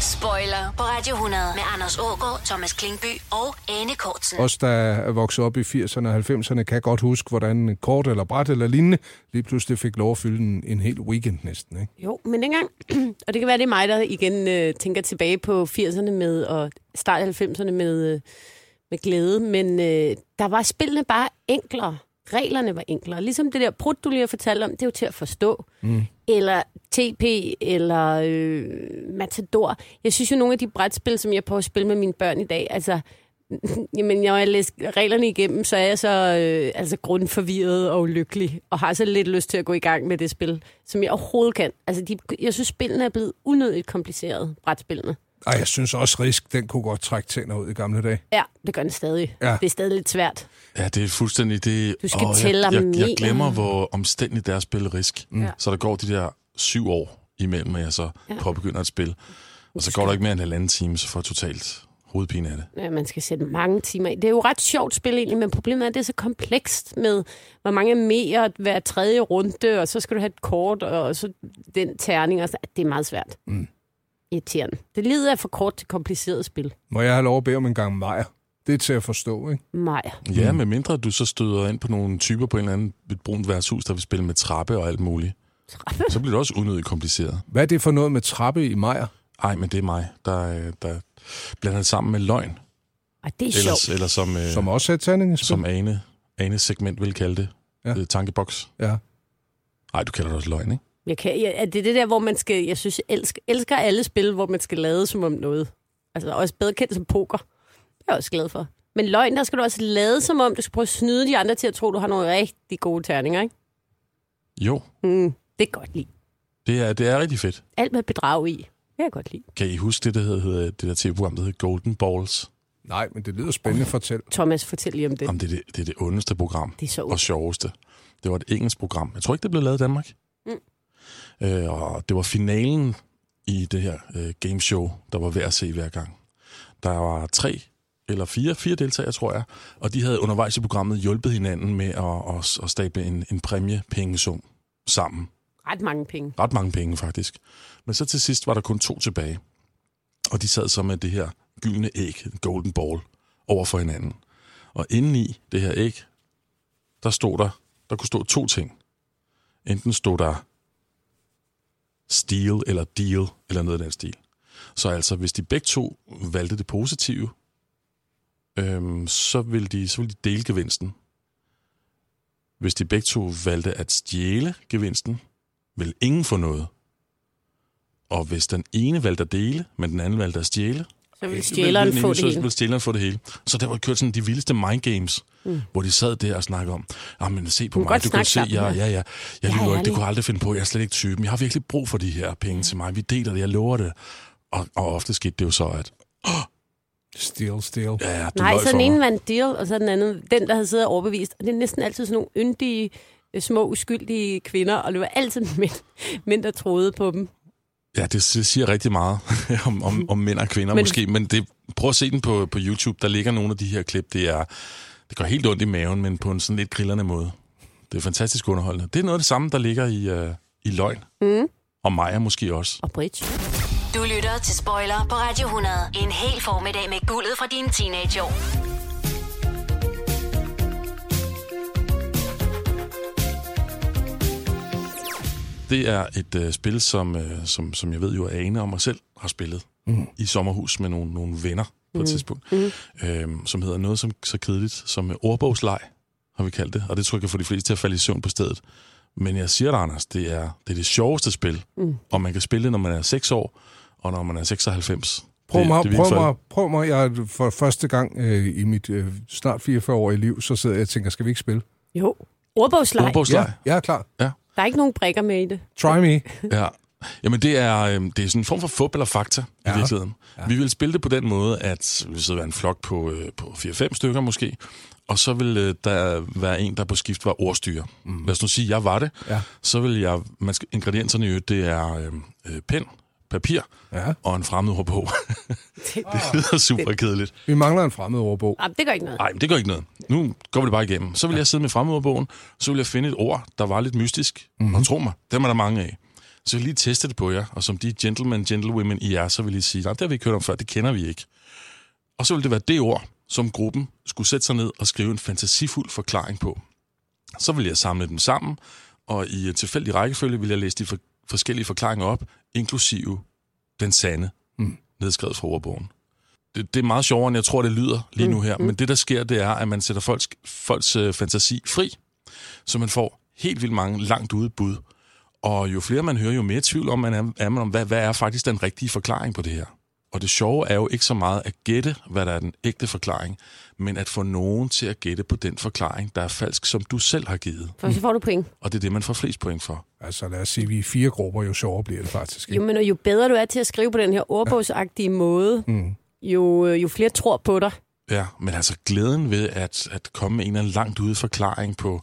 Speaker 1: Spoiler på Radio 100 med Anders Ågaard, Thomas Klingby og Anne Kortsen.
Speaker 2: Os, der er vokset op i 80'erne og 90'erne, kan godt huske, hvordan en kort eller bræt eller lignende lige pludselig fik lov at fylde en, en hel weekend næsten. Ikke?
Speaker 3: Jo, men dengang, (clears throat) og det kan være, det er mig, der igen øh, tænker tilbage på 80'erne med, og start 90'erne med, øh, med glæde, men øh, der var spillene bare enklere. Reglerne var enklere. Ligesom det der prut, du lige har fortalt om, det er jo til at forstå.
Speaker 2: Mm.
Speaker 3: Eller TP, eller øh, Matador. Jeg synes jo, nogle af de brætspil, som jeg prøver at spille med mine børn i dag, altså, Jamen, når jeg læser reglerne igennem, så er jeg så øh, altså grundforvirret og ulykkelig, og har så lidt lyst til at gå i gang med det spil, som jeg overhovedet kan. Altså, de, jeg synes, spillene er blevet unødigt kompliceret, brætspillene.
Speaker 2: Ej, jeg synes også, Risk, den kunne godt trække tænder ud i gamle dage.
Speaker 3: Ja, det gør den stadig.
Speaker 2: Ja.
Speaker 3: Det er stadig lidt svært.
Speaker 4: Ja, det er fuldstændig det.
Speaker 3: Du skal
Speaker 4: Åh,
Speaker 3: tælle
Speaker 4: jeg, jeg,
Speaker 3: mere.
Speaker 4: jeg glemmer, hvor omstændigt det er at spille risk.
Speaker 3: Ja.
Speaker 4: Mm. Så der går de der syv år imellem, at jeg så
Speaker 3: Ja.
Speaker 4: ja. påbegynder et spil. Og så går der ikke mere end en halvanden time, så får jeg totalt hovedpine af det.
Speaker 3: Ja, man skal sætte mange timer i. Det er jo ret sjovt spil egentlig, men problemet er, at det er så komplekst med, hvor mange mere hver tredje runde, og så skal du have et kort, og så den terning. Og så, det er meget svært.
Speaker 2: Mm.
Speaker 3: Irriterende. Det lider af for kort til kompliceret spil.
Speaker 2: Må jeg have lov at bede om en gang mejer? Det er til at forstå, ikke?
Speaker 3: Maja.
Speaker 4: Ja, mm. medmindre du så støder ind på nogle typer på en eller anden et brunt værtshus, der vil spille med trappe og alt muligt.
Speaker 3: Trappe?
Speaker 4: Så bliver det også unødigt kompliceret.
Speaker 2: Hvad er det for noget med trappe i mejer?
Speaker 4: Ej, men det er mig, der, øh, der blander det sammen med løgn.
Speaker 3: Ej, det er
Speaker 4: Ellers,
Speaker 3: sjovt.
Speaker 4: eller som, øh,
Speaker 2: Som
Speaker 4: som,
Speaker 2: også er tænding
Speaker 4: som Ane, Ane segment vil kalde det.
Speaker 2: Ja.
Speaker 4: Ja. Øh, tankeboks.
Speaker 2: Ja.
Speaker 4: Ej, du kalder det også løgn, ikke?
Speaker 3: Jeg kan, jeg, er det det der, hvor man skal... Jeg synes, jeg elsker, elsker alle spil, hvor man skal lade som om noget. Altså også bedre kendt som poker. Det er jeg også glad for. Men løgn, der skal du også lade som om, du skal prøve at snyde de andre til at tro, du har nogle rigtig gode terninger, ikke?
Speaker 4: Jo,
Speaker 3: Mm, det kan jeg godt lide.
Speaker 4: det er, det er rigtig fedt.
Speaker 3: Alt med bedrag i. Det kan jeg godt lide.
Speaker 4: Kan I huske det, der hedder, hedder det der tv-program, der hedder Golden Balls?
Speaker 2: Nej, men det lyder spændende. Fortæl.
Speaker 3: Thomas, fortæl lige om det.
Speaker 4: Jamen, det, er det, det er det ondeste program.
Speaker 3: Det er så
Speaker 4: og sjoveste. Det var et engelsk program. Jeg tror ikke, det blev lavet i Danmark. Mm. Øh, og det var finalen i det her øh, gameshow, der var værd at se hver gang. Der var tre eller fire, fire deltagere, tror jeg. Og de havde undervejs i programmet hjulpet hinanden med at, at, at stable en, en præmiepengesum sammen.
Speaker 3: Ret mange penge.
Speaker 4: Ret mange penge, faktisk. Men så til sidst var der kun to tilbage. Og de sad så med det her gyldne æg, en golden ball, over for hinanden. Og indeni det her æg, der stod der, der kunne stå to ting. Enten stod der steal eller deal, eller noget af den stil. Så altså, hvis de begge to valgte det positive, øhm, så, ville de, så ville de dele gevinsten. Hvis de begge to valgte at stjæle gevinsten, ville ingen få noget. Og hvis den ene valgte at dele, men den anden valgte at stjæle,
Speaker 3: Så ville stjæleren
Speaker 4: ville-
Speaker 3: få det
Speaker 4: så
Speaker 3: hele.
Speaker 4: ville stjæleren få det hele. Så der var kørt sådan de vildeste mindgames,
Speaker 3: Mm.
Speaker 4: mm. hvor de sad der og snakkede om, ah, men se på
Speaker 3: Du må
Speaker 4: mig,
Speaker 3: godt
Speaker 4: du kan
Speaker 3: snakke
Speaker 4: se,
Speaker 3: sammen,
Speaker 4: ja,
Speaker 3: ja."
Speaker 4: ja, ja, jeg
Speaker 3: Ja, Mm.
Speaker 4: ja, lyver ikke,
Speaker 3: ærlig.
Speaker 4: det kunne jeg aldrig finde på, jeg er slet ikke typen, jeg har virkelig brug for de her penge til mig, vi deler det, jeg lover det. Og, og ofte skete det jo så, at...
Speaker 2: Steal, steal.
Speaker 4: Ja, ja, du
Speaker 3: Nej,
Speaker 4: løj
Speaker 3: så
Speaker 4: for
Speaker 3: den
Speaker 4: mig.
Speaker 3: ene var en deal, og så den anden, den der havde siddet og overbevist. Og det er næsten altid sådan nogle yndige, øh, små, uskyldige kvinder, og det var altid (laughs) mænd, mænd der troede på dem.
Speaker 4: Ja, det si- siger rigtig meget (laughs) om, om, om mænd og kvinder
Speaker 3: Men-
Speaker 4: men, måske, men det, prøv at se den på, på YouTube. Der ligger nogle af de her klip. Det, er, det gør helt ondt i maven, men på en sådan lidt grillerne måde. Det er fantastisk underholdende. Det er noget af det samme, der ligger i, øh, i løgn.
Speaker 1: Mm.
Speaker 4: Og Maja måske også.
Speaker 3: Og bridge.
Speaker 1: Du lytter til Spoiler på Radio 100. En hel formiddag med guldet fra dine teenageår.
Speaker 4: Det er et øh, spil, som, øh, som, som jeg ved jo, at Ane og mig selv har spillet
Speaker 2: Mm.
Speaker 4: mm. i sommerhus med nogle, nogle venner på
Speaker 2: Mm.
Speaker 4: et tidspunkt,
Speaker 2: Mm.
Speaker 4: øhm, som hedder noget som, så kedeligt som øh, ordbogsleg, har vi kaldt det. Og det tror jeg kan få de fleste til at falde i søvn på stedet. Men jeg siger dig, Anders, det er det, er det sjoveste spil.
Speaker 2: Mm.
Speaker 4: Mm. Og man kan spille det, når man er 6 år, og når man er 96.
Speaker 2: Prøv
Speaker 4: det,
Speaker 2: mig,
Speaker 4: det
Speaker 2: det,
Speaker 4: er
Speaker 2: prøv,
Speaker 4: virkelig-
Speaker 2: mig, prøv mig. Jeg, for første gang øh, i mit øh, snart 44-årige liv, så sidder jeg og tænker, skal vi ikke spille?
Speaker 3: Jo, ordbogslej.
Speaker 2: Ja, jeg er klar.
Speaker 4: Ja.
Speaker 3: Der er ikke nogen brikker med i det.
Speaker 2: Try me.
Speaker 4: Ja. Jamen, det er, øh, det er sådan en form for fup eller fakta ja. i virkeligheden. Ja. Vi vil spille det på den måde, at vi sidder være en flok på, øh, på 4-5 stykker måske, og så vil øh, der være en, der på skift var ordstyre. Mm. Lad os nu sige, jeg var det.
Speaker 2: Ja.
Speaker 4: Så vil jeg... Man skal, ingredienserne i øvrigt, det er øh, øh, pind, papir
Speaker 2: ja.
Speaker 4: og en fremmed ord på. (laughs)
Speaker 3: det
Speaker 4: lyder super kedeligt.
Speaker 2: Vi mangler en fremmed ordbog.
Speaker 3: Jamen, det gør ikke noget.
Speaker 4: Nej, men det gør ikke noget. Nu går vi det bare igennem. Så vil ja. jeg sidde med fremmedordbogen, så vil jeg finde et ord, der var lidt mystisk. Mm-hmm. Og tro mig, dem er der mange af. Så vil jeg lige teste det på jer, og som de gentlemen, gentlewomen I er, så vil I sige, nej, det har vi ikke hørt om før, det kender vi ikke. Og så vil det være det ord, som gruppen skulle sætte sig ned og skrive en fantasifuld forklaring på. Så vil jeg samle dem sammen, og i en tilfældig rækkefølge vil jeg læse de for- forskellige forklaringer op, inklusive den sande,
Speaker 2: Mm.
Speaker 4: nedskrevet fra ordbogen det, det er meget sjovere, end jeg tror, det lyder lige nu her. Men det, der sker, det er, at man sætter folks, folks øh, fantasi fri, så man får helt vildt mange langt ude bud. Og jo flere man hører, jo mere tvivl om man er, er man om, hvad, hvad er faktisk den rigtige forklaring på det her. Og det sjove er jo ikke så meget at gætte, hvad der er den ægte forklaring, men at få nogen til at gætte på den forklaring, der er falsk, som du selv har givet.
Speaker 3: For så får du point.
Speaker 4: Og det er det, man får flest point for.
Speaker 2: Altså lad os sige, vi er fire grupper, jo sjovere bliver det faktisk.
Speaker 3: Jo, men og jo bedre du er til at skrive på den her ordbogsagtige måde,
Speaker 2: Mm.
Speaker 3: jo, øh, jo flere tror på dig.
Speaker 4: Ja, men altså glæden ved at, at komme med en eller anden langt ude forklaring på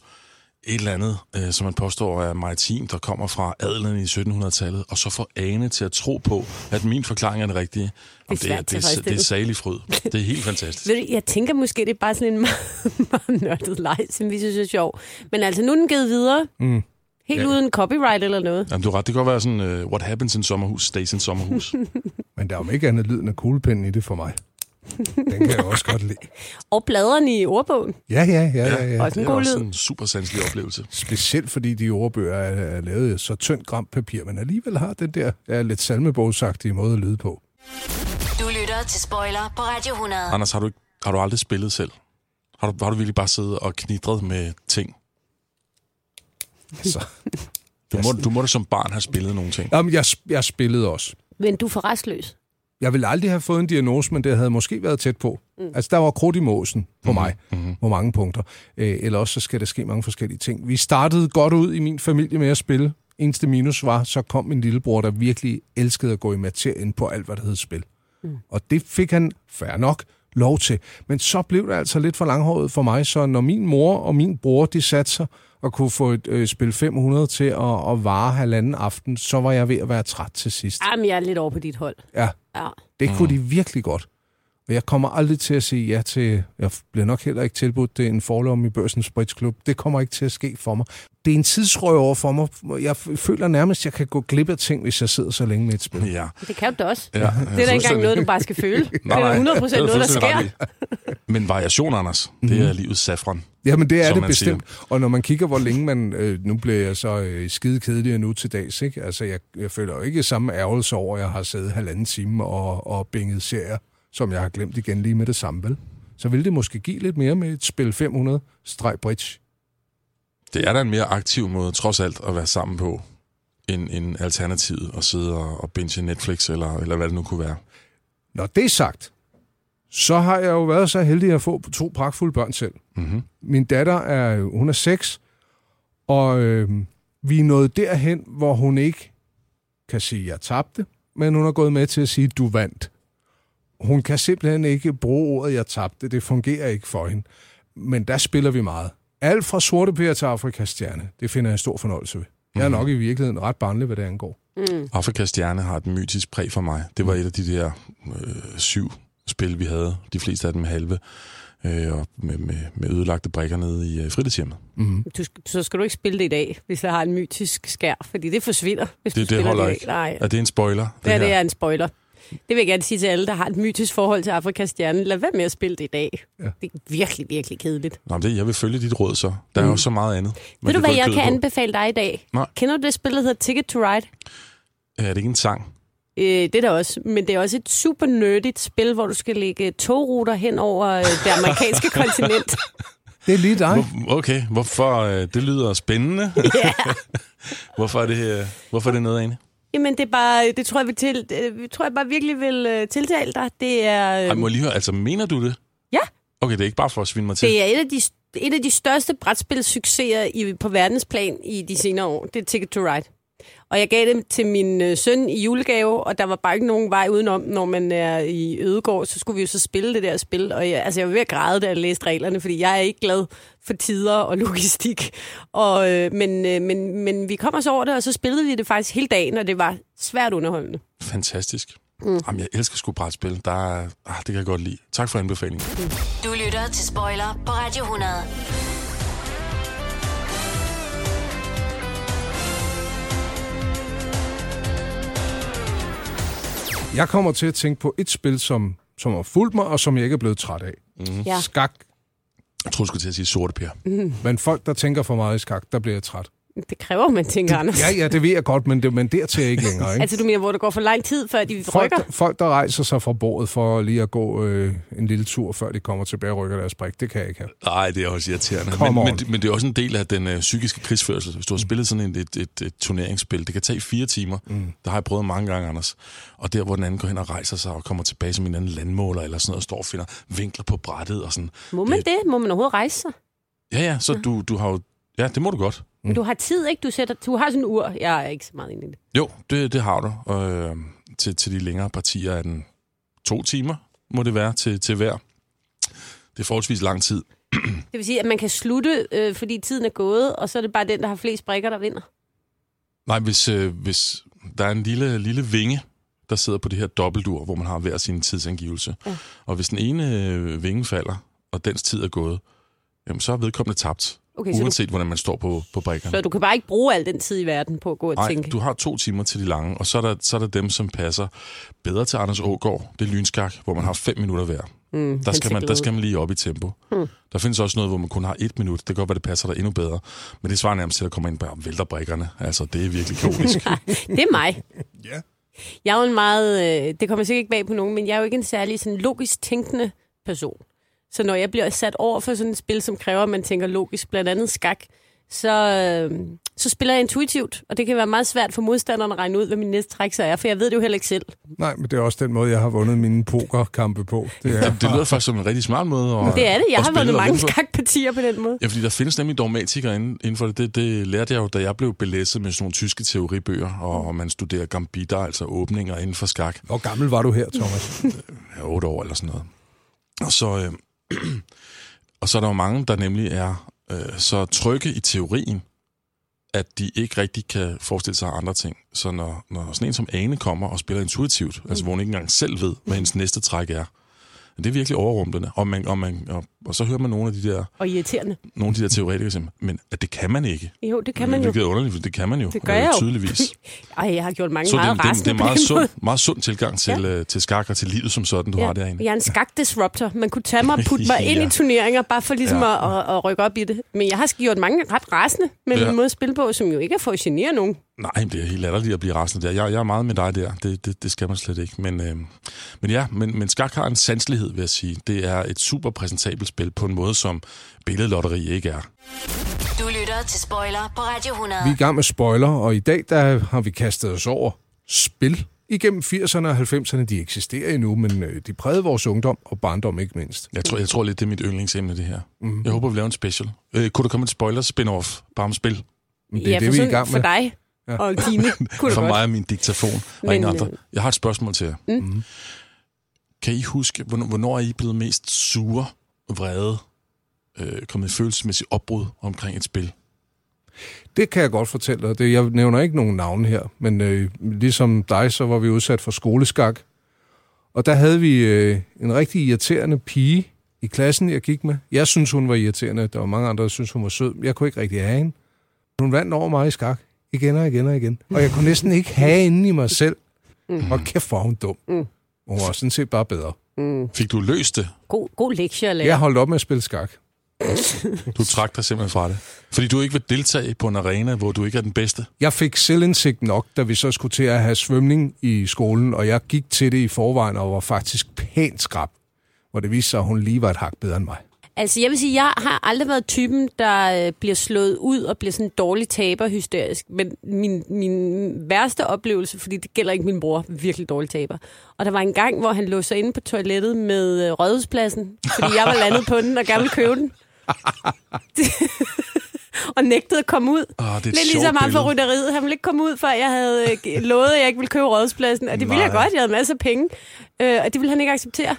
Speaker 4: et eller andet, øh, som man påstår er maritim, der kommer fra adelen i 1700-tallet, og så få Ane til at tro på, at min forklaring er den rigtige. Jamen, Det
Speaker 3: svært
Speaker 4: det, er, det er
Speaker 3: tilfredsstillende.
Speaker 4: salig
Speaker 3: (laughs)
Speaker 4: fryd. Det er helt fantastisk.
Speaker 3: Ved du, jeg tænker måske, det er bare sådan en (laughs) meget, meget nørdet leg, som vi synes er sjov. Men altså, nu er den givet videre.
Speaker 4: Mm.
Speaker 3: Helt
Speaker 4: Ja.
Speaker 3: uden copyright eller noget.
Speaker 4: Jamen, du har ret. Det kan godt være sådan, uh, what happens in sommerhus, stays in
Speaker 3: (laughs)
Speaker 4: sommerhus.
Speaker 2: Men der er jo ikke andet lyden af kuglepinden i det for mig. Den kan jeg også godt lide.
Speaker 3: Og bladerne i ordbogen.
Speaker 2: Ja, ja, ja. ja, ja.
Speaker 3: Også en god lyd.
Speaker 4: en super sanselig oplevelse.
Speaker 2: Specielt fordi de ordbøger er, er lavet af så tyndt gram papir, men alligevel har den der ja, lidt salmebogsagtige måde at lyde på.
Speaker 1: Du lytter til Spoiler på Radio 100.
Speaker 4: Anders, har du, ikke, har du aldrig spillet selv? Har du, har du virkelig bare siddet og knitret med ting?
Speaker 2: Altså.
Speaker 4: Du må, du må da som barn have spillet nogle ting.
Speaker 2: Jamen, jeg, jeg spillede også.
Speaker 3: Men du er for restløs.
Speaker 2: Jeg ville aldrig have fået en diagnose, men det havde måske været tæt på. Mm. Altså, der var krudt i måsen på mig, mm-hmm. på mange punkter. Øh, eller også så skal der ske mange forskellige ting. Vi startede godt ud i min familie med at spille. Eneste minus var, så kom min lillebror, der virkelig elskede at gå i materien på alt, hvad der hed spil. Mm. Og det fik han, fair nok, lov til. Men så blev det altså lidt for langhåret for mig, så når min mor og min bror, de satte sig og kunne få et øh, spil 500 til at, at vare halvanden aften, så var jeg ved at være træt til sidst.
Speaker 3: Jamen, jeg er lidt over på dit hold.
Speaker 2: Ja.
Speaker 3: Ja.
Speaker 4: Mm.
Speaker 2: Det kunne de virkelig godt. Og jeg kommer aldrig til at sige ja til, jeg bliver nok heller ikke tilbudt det en forlomme i Børsens Britsklub. Det kommer ikke til at ske for mig. Det er en tidsrøg over for mig. Jeg føler nærmest, at jeg kan gå glip af ting, hvis jeg sidder så længe med et spil.
Speaker 4: Ja.
Speaker 3: Det kan du da også.
Speaker 4: Ja,
Speaker 3: det er da ikke engang
Speaker 4: fuldstændig.
Speaker 3: noget, du bare skal
Speaker 4: (laughs)
Speaker 3: føle.
Speaker 4: Nej,
Speaker 3: det er
Speaker 4: nej,
Speaker 3: da 100
Speaker 4: det er du
Speaker 3: noget, der sker. Mhm.
Speaker 4: fuldstændig ret i. Men variation, Anders, det er livets safran.
Speaker 2: Jamen, det er
Speaker 4: som
Speaker 2: det
Speaker 4: man
Speaker 2: bestemt. Siger. Og når man kigger, hvor længe man... Øh, nu bliver jeg så øh, skide kedelig nu til dags, ikke? Altså, jeg, jeg føler jo ikke samme ærgelse over, at jeg har siddet halvanden time og, og binget serier, som jeg har glemt igen lige med det samme, vel? Så vil det måske give lidt mere med et spil 500-bridge.
Speaker 4: Det er da en mere aktiv måde, trods alt, at være sammen på, end, end alternativet at sidde og, og binge Netflix, eller, eller hvad det nu kunne være.
Speaker 2: Når det er sagt, så har jeg jo været så heldig at få to pragtfulde børn selv.
Speaker 4: Mm-hmm.
Speaker 2: Min datter er, jo- hun er 6, og øh, vi er nået derhen, hvor hun ikke kan sige, at jeg tabte, men hun er gået med til at sige, at du vandt. Hun kan simpelthen ikke bruge ordet, jeg tabte. Det fungerer ikke for hende. Men der spiller vi meget. Alt fra sorte pære til Afrikas stjerne. Det finder jeg en stor fornøjelse ved. Jeg er nok i virkeligheden ret barnlig, hvad det angår.
Speaker 3: Mm.
Speaker 4: Afrikas Stjerne har et mytisk præg for mig. Det var et af de der øh, syv spil, vi havde. De fleste af dem halve. Øh, og med, med, med ødelagte brikker nede i øh, fritidshjemmet.
Speaker 2: Mm.
Speaker 3: Du, sk- så skal du ikke spille det i dag, hvis der har en mytisk skær, fordi det forsvinder, hvis du
Speaker 4: Det, det
Speaker 3: spiller
Speaker 4: holder
Speaker 3: det i
Speaker 4: ikke.
Speaker 3: dag. Nej.
Speaker 4: Er det en spoiler?
Speaker 3: Det, her, det
Speaker 4: her?
Speaker 3: er en spoiler. Det vil jeg gerne sige til alle, der har et mytisk forhold til Afrikas stjerne. Lad være med at spille det i dag. Ja. Det er virkelig, virkelig kedeligt.
Speaker 4: Nå, men det, jeg vil følge dit råd så. Der er jo så meget andet. man
Speaker 3: Mm. Ved du,
Speaker 4: kan
Speaker 3: hvad
Speaker 4: gå i
Speaker 3: jeg
Speaker 4: kødet
Speaker 3: kan
Speaker 4: på.
Speaker 3: anbefale dig i dag?
Speaker 4: Nej.
Speaker 3: Kender du det spil, der hedder Ticket to Ride?
Speaker 4: Er det ikke en sang?
Speaker 3: Øh, det er der også, men det er også et super nerdigt spil, hvor du skal lægge togruter hen over øh, det
Speaker 4: (laughs)
Speaker 3: amerikanske kontinent.
Speaker 2: Det er lige dig.
Speaker 4: Okay, hvorfor? Øh, det lyder spændende.
Speaker 3: Ja.
Speaker 4: (laughs) hvorfor, er det, øh, hvorfor er det noget, Ane?
Speaker 3: Jamen, det, er bare, det tror, jeg, vi til, øh, tror jeg bare virkelig vil øh, tiltale dig. Det er, øh,
Speaker 4: Ej, må jeg lige høre, altså mener du det?
Speaker 3: Ja.
Speaker 4: Okay, det er ikke bare for at svine mig til.
Speaker 3: det er et af de, et af de største brætspilssucceser i, på verdensplan i de senere år. Det er Ticket to Ride. Og jeg gav dem til min øh, søn i julegave, og der var bare ikke nogen vej udenom, når man er i Ødegård, så skulle vi jo så spille det der spil. Og jeg, altså, jeg var ved at græde, da jeg læste reglerne, fordi jeg er ikke glad for tider og logistik. Og, øh, men, øh, men, men vi kom os over det, og så spillede vi det faktisk hele dagen, og det var svært underholdende.
Speaker 4: Fantastisk.
Speaker 3: Mm.
Speaker 4: Mm. Jamen, jeg elsker sgu brætspil. Der er, ah, det kan jeg godt lide. Tak for anbefalingen.
Speaker 1: Du lytter til Spoiler på Radio 100.
Speaker 2: Jeg kommer til at tænke på et spil, som, som har fulgt mig, og som jeg ikke er blevet træt af.
Speaker 4: Mm.
Speaker 3: Ja.
Speaker 2: Skak.
Speaker 4: Jeg tror, du skulle til at sige sorte per.
Speaker 3: Mm.
Speaker 2: Men folk, der tænker for meget i skak, der bliver jeg træt.
Speaker 3: Det kræver, man tænker, Anders.
Speaker 2: Ja, ja, det ved jeg godt, men, det, men dertil er jeg ikke
Speaker 3: (laughs)
Speaker 2: længere. Ikke?
Speaker 3: Altså, du mener, hvor der går for lang tid, før de
Speaker 2: folk,
Speaker 3: rykker?
Speaker 2: der, folk, der rejser sig fra bordet for lige at gå øh, en lille tur, før de kommer tilbage og rykker deres brik, det kan jeg ikke have.
Speaker 4: Nej, det er også irriterende.
Speaker 2: Come
Speaker 4: Men,
Speaker 2: on.
Speaker 4: men, det- men det er også en del af den øh, psykiske krigsførelse. Hvis du har spillet sådan et, et, et, et turneringsspil, det kan tage fire timer. Mm. Det har jeg prøvet mange gange, Anders. Og der, hvor den anden går hen og rejser sig og kommer tilbage som en anden landmåler eller sådan noget, og står og finder vinkler på brættet og sådan.
Speaker 3: Må man det? Må man overhovedet rejse sig?
Speaker 4: Ja, ja, så du, du har jo... Ja, det må du godt.
Speaker 3: Men du har tid, ikke? Du, sætter, du har sådan en ur. Jeg er ikke så meget inde i det.
Speaker 4: Jo, det, det har du. Og, øh, til, til de længere partier er den to timer, må det være, til, til hver. Det er forholdsvis lang tid.
Speaker 3: Det vil sige, at man kan slutte, øh, fordi tiden er gået, og så er det bare den, der har flest brikker, der vinder.
Speaker 4: Nej, hvis, øh, hvis der er en lille, lille vinge, der sidder på det her dobbeltur, hvor man har hver sin tidsangivelse.
Speaker 3: Ja.
Speaker 4: Ja. Og hvis den ene øh, vinge falder, og dens tid er gået, jamen, så er vedkommende tabt.
Speaker 3: Okay,
Speaker 4: Okay,
Speaker 3: så du-
Speaker 4: uanset så du... hvordan man står på, på brikkerne.
Speaker 3: Så du kan bare ikke bruge al den tid i verden på at gå og
Speaker 4: Nej,
Speaker 3: tænke.
Speaker 4: du har to timer til de lange, og så er, der, så er der dem, som passer bedre til Anders Ågaard. Det er lynskak, hvor man har fem minutter hver.
Speaker 3: Mm,
Speaker 4: der, skal man, der
Speaker 3: hensigtglade.
Speaker 4: skal man lige op i tempo.
Speaker 3: Mm.
Speaker 4: Der findes også noget, hvor man kun har et minut. Det kan godt være, det passer dig endnu bedre. Men det svarer nærmest til at komme ind og vælter brikkerne. Altså, det er virkelig kaotisk.
Speaker 3: Det er mig.
Speaker 2: Ja.
Speaker 3: Jeg er jo en meget, øh, det kommer sikkert ikke bag på nogen, men jeg er jo ikke en særlig sådan logisk tænkende person. Så når jeg bliver sat over for sådan et spil, som kræver, at man tænker logisk, blandt andet skak, så, øh, så spiller jeg intuitivt, og det kan være meget svært for modstanderen at regne ud, hvad min næste træk så er, for jeg ved det jo heller ikke selv.
Speaker 2: Nej, men det er også den måde, jeg har vundet mine pokerkampe på. Det er,
Speaker 4: Det lyder faktisk som en rigtig smart måde at
Speaker 3: Det er det. Jeg har
Speaker 4: at spille
Speaker 3: vundet
Speaker 4: og
Speaker 3: mange
Speaker 4: vinde på.
Speaker 3: skakpartier på den måde.
Speaker 4: Ja, fordi der findes nemlig dogmatikere inden, inden for det. det. Det lærte jeg jo, da jeg blev belæsset med sådan nogle tyske teoribøger, og, og man studerer gambitter, altså åbninger inden for skak.
Speaker 2: Hvor gammel var du her, Thomas?
Speaker 4: Ja, otte år eller sådan noget. Og så, øh, (clears throat) og så er der jo mange, der nemlig er øh, så trygge i teorien, at de ikke rigtig kan forestille sig andre ting. Så
Speaker 3: Mm.
Speaker 4: når, når sådan en som Ane kommer og spiller intuitivt, altså hvor hun ikke engang selv ved, hvad hendes næste træk er, Det er virkelig overrumplende. Og, man, og, man, og, og så hører man nogle af de der,
Speaker 3: Og irriterende.
Speaker 4: nogle af de der teoretikere, som, men at det kan man ikke.
Speaker 3: Jo, det kan man jo.
Speaker 4: Hvilket er underligt, for det kan man jo.
Speaker 3: Det gør
Speaker 4: øh,
Speaker 3: jeg jo.
Speaker 4: Tydeligvis.
Speaker 3: (laughs) Ej, jeg har gjort mange
Speaker 4: Så det, er-
Speaker 3: meget
Speaker 4: det, er- det
Speaker 3: rasende
Speaker 4: er en
Speaker 3: på
Speaker 4: meget
Speaker 3: den måde.
Speaker 4: sund, meget sund tilgang til, ja. øh, til skak og til livet som sådan, du ja. har derinde.
Speaker 3: Jeg er en skak-disruptor. Man kunne tage mig og putte mig
Speaker 4: Ja.
Speaker 3: ind i turneringer, bare for ligesom
Speaker 4: Ja.
Speaker 3: ja. at, at, at rykke op i det. Men jeg har gjort mange ret rasende med
Speaker 4: Ja.
Speaker 3: ja. min måde at spille på, som jo ikke er for at genere nogen.
Speaker 4: Nej, men det er helt latterligt at blive rasende der. Jeg, jeg er meget med dig der. Det, det, det skal man slet ikke. Men, øh, men ja, men, men skak har en sanselighed, vil jeg sige. Det er et super præsentabelt spil på en måde, som billedlotteri ikke er.
Speaker 1: Du lytter til Spoiler på Radio 100.
Speaker 2: Vi er i gang med spoiler, og i dag der har vi kastet os over spil igennem 80'erne og 90'erne. De eksisterer endnu, men øh, de prægede vores ungdom og barndom ikke mindst.
Speaker 4: Jeg tror, jeg tror lidt, det er mit yndlingsemne, det her.
Speaker 3: Mhm.
Speaker 4: Mm. Jeg håber, vi laver en special. Øh, kunne der komme et spoiler-spin-off bare om spil?
Speaker 2: Det er Ja, det, for vi er i sådan- gang med.
Speaker 3: For dig
Speaker 2: Ja.
Speaker 3: ja. og dine, kunne det
Speaker 4: for
Speaker 3: godt.
Speaker 4: mig og min diktafon og
Speaker 3: Men,
Speaker 4: ingen andre.
Speaker 3: øh,
Speaker 4: Jeg har et spørgsmål til jer.
Speaker 3: Mm.
Speaker 4: Mm. Kan I huske, hvornår, hvornår er I blevet mest sure, vrede, øh, kommet i følelsesmæssig opbrud omkring et spil?
Speaker 2: Det kan jeg godt fortælle dig. Det, jeg nævner ikke nogen navne her, men øh, ligesom dig, så var vi udsat for skoleskak. Og der havde vi øh, en rigtig irriterende pige i klassen, jeg gik med. Jeg synes hun var irriterende. Der var mange andre, der synes hun var sød. Jeg kunne ikke rigtig have hende. Hun vandt over mig i skak. Igen og igen og igen. Og jeg kunne næsten ikke have hende i mig selv. Mm. Og kæft, hvor er hun dum. Mm. Hun var sådan set bare bedre.
Speaker 3: Mm.
Speaker 4: Fik du løst det?
Speaker 3: God, god lektie at lave.
Speaker 2: Jeg holdt op med at spille skak.
Speaker 4: Du trak dig simpelthen fra det. Fordi du ikke vil deltage på en arena, hvor du ikke er den bedste.
Speaker 2: Jeg fik selvindsigt nok, da vi så skulle til at have svømning i skolen, og jeg gik til det i forvejen og var faktisk pænt skrab, hvor det viste sig, at hun lige var et hak bedre end mig.
Speaker 3: Altså, jeg vil sige, jeg har aldrig været typen, der øh, bliver slået ud og bliver sådan en dårlig taber hysterisk. Men min, min værste oplevelse, fordi det gælder ikke min bror, virkelig dårlig taber. Og der var en gang, hvor han lå sig inde på toilettet med øh, rådhuspladsen, fordi jeg var landet på den og gerne ville købe den. (laughs) og nægtede at komme ud.
Speaker 4: Åh, det er et
Speaker 3: Lidt
Speaker 4: sjovt
Speaker 3: ligesom ham
Speaker 4: billede.
Speaker 3: for rytteriet. Han ville ikke komme ud, før jeg havde øh, g- lovet, at jeg ikke ville købe rådhuspladsen. Og det ville jeg
Speaker 4: Nej.
Speaker 3: godt. Jeg havde masser af penge. Øh, og det ville han ikke acceptere.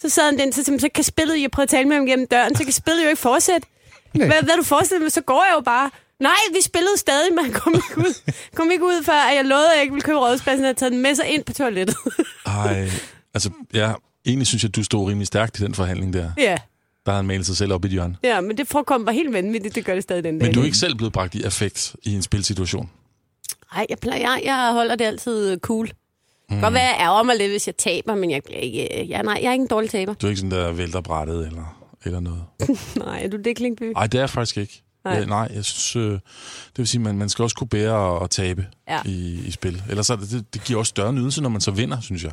Speaker 3: Så sad han den, så, så kan spillet, jeg prøvede at tale med ham gennem døren, så kan spillet jo ikke fortsætte.
Speaker 2: Nej.
Speaker 3: Hvad, hvad er du forestiller mig? Så går jeg jo bare. Nej, vi spillede stadig, men han kom ikke ud, kom ikke ud før at jeg lovede, at jeg ikke ville købe rådspladsen, og jeg havde taget den med sig ind på toilettet. (laughs)
Speaker 4: Ej, altså, ja, egentlig synes jeg, du stod rimelig stærkt i den forhandling der.
Speaker 3: ja.
Speaker 4: Der havde han malet sig selv op i et hjørne.
Speaker 3: ja, men det forekom var helt vanvittigt, det gør det stadig den dag.
Speaker 4: Men du er
Speaker 3: nu.
Speaker 4: ikke selv blevet bragt i affekt i en spilsituation.
Speaker 3: Nej, jeg, plejer, jeg, jeg holder det altid øh, cool. Mm. Godt være, jeg ærger mig lidt, hvis jeg taber, men jeg bliver ikke... øh, Ja, nej, jeg er ikke en dårlig taber.
Speaker 4: Du er ikke sådan der vælter brættet eller, eller noget.
Speaker 3: (laughs) nej, er du det, Klingby?
Speaker 4: Nej, det er jeg faktisk ikke.
Speaker 3: Nej.
Speaker 4: Nej, ja, nej jeg synes, øh, det vil sige, man, man skal også kunne bære og, og tabe
Speaker 3: Ja.
Speaker 4: ja. i, i spil. Ellers er det, det, det giver også større nydelse, når man så vinder, synes jeg.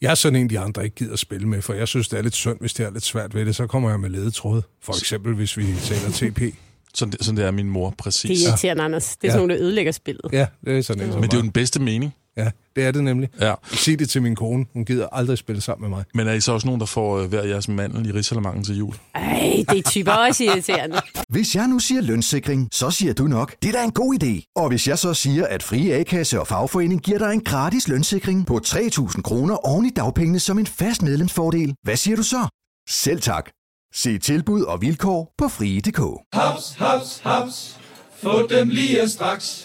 Speaker 2: Jeg er sådan en, de andre ikke gider at spille med, for jeg synes, det er lidt synd, hvis det er lidt svært ved det. Så kommer jeg med ledetråd. For eksempel, hvis vi taler TP.
Speaker 4: Sådan, det- sådan det er min mor, præcis.
Speaker 3: Det er irriterende, Anders. Det er sådan
Speaker 2: Ja.
Speaker 3: nogle, der ødelægger spillet.
Speaker 2: Ja, det er sådan en. som
Speaker 4: Men det er
Speaker 2: mig.
Speaker 4: jo den bedste mening.
Speaker 2: Ja, det er det nemlig.
Speaker 4: Ja.
Speaker 2: Sig det til min kone. Hun gider aldrig spille sammen med mig.
Speaker 4: Men er I så også nogen, der får øh, hver jeres mandel i Rigsalermangen til jul?
Speaker 3: Ej, det er typer også irriterende.
Speaker 10: Hvis jeg nu siger lønssikring, så siger du nok, det er da en god idé. Og hvis jeg så siger, at frie A-kasse og fagforening giver dig en gratis lønssikring på 3.000 kroner oven i dagpengene som en fast medlemsfordel, hvad siger du så? Selv tak. Se tilbud og vilkår på frie.dk.
Speaker 9: Haps, haps, haps. Få dem lige straks.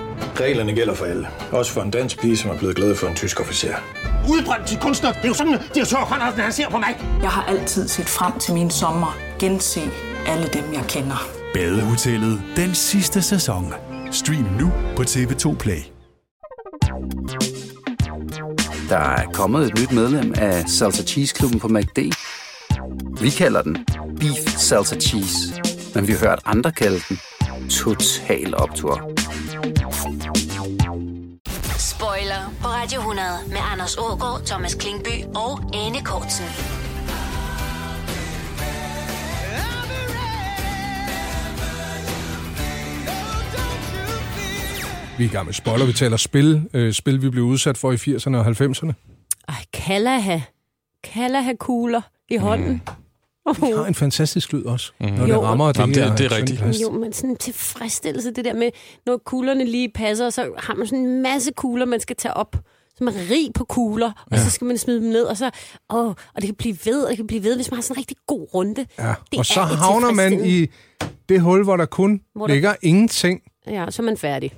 Speaker 7: Reglerne gælder for alle. Også for en dansk pige, som er blevet glad for en tysk officer.
Speaker 6: Udbrændt til kunstner. Det er jo sådan, at de har tørt, han ser på mig.
Speaker 5: Jeg har altid set frem til min sommer, gense alle dem, jeg kender.
Speaker 8: Badehotellet den sidste sæson. Stream nu på TV2 Play.
Speaker 11: Der er kommet et nyt medlem af Salsa Cheese Klubben på MACD. Vi kalder den Beef Salsa Cheese, men vi har hørt andre kalde den Total Optor.
Speaker 1: Spoiler på Radio 100 med Anders Ågaard, Thomas Klingby og Anne Kortsen.
Speaker 2: Vi er i gang med spoiler. Vi taler spil. Øh, spil, vi blev udsat for i 80'erne og 90'erne.
Speaker 3: Kalaha. Kalaha-kugler i hånden. Mm.
Speaker 2: Vi har en fantastisk lyd også, mm. når
Speaker 3: Jo,
Speaker 2: det rammer.
Speaker 4: og- Jamen, det er-
Speaker 2: her
Speaker 4: det er rigtigt.
Speaker 2: søndagshast.
Speaker 3: Jo, men sådan en tilfredsstillelse, det der med, når kuglerne lige passer, så har man sådan en masse kugler, man skal tage op. Så man er rig på kugler, og
Speaker 2: Ja.
Speaker 3: så skal man smide dem ned, og så, åh, og det kan blive ved, og det kan blive ved, hvis man har sådan en rigtig god runde.
Speaker 2: Ja.
Speaker 3: Det
Speaker 2: Og så
Speaker 3: er et
Speaker 2: havner man i det hul, hvor der kun
Speaker 3: Hvor
Speaker 2: hvor
Speaker 3: der-
Speaker 2: der... ligger ingenting.
Speaker 3: Ja, så er man færdig.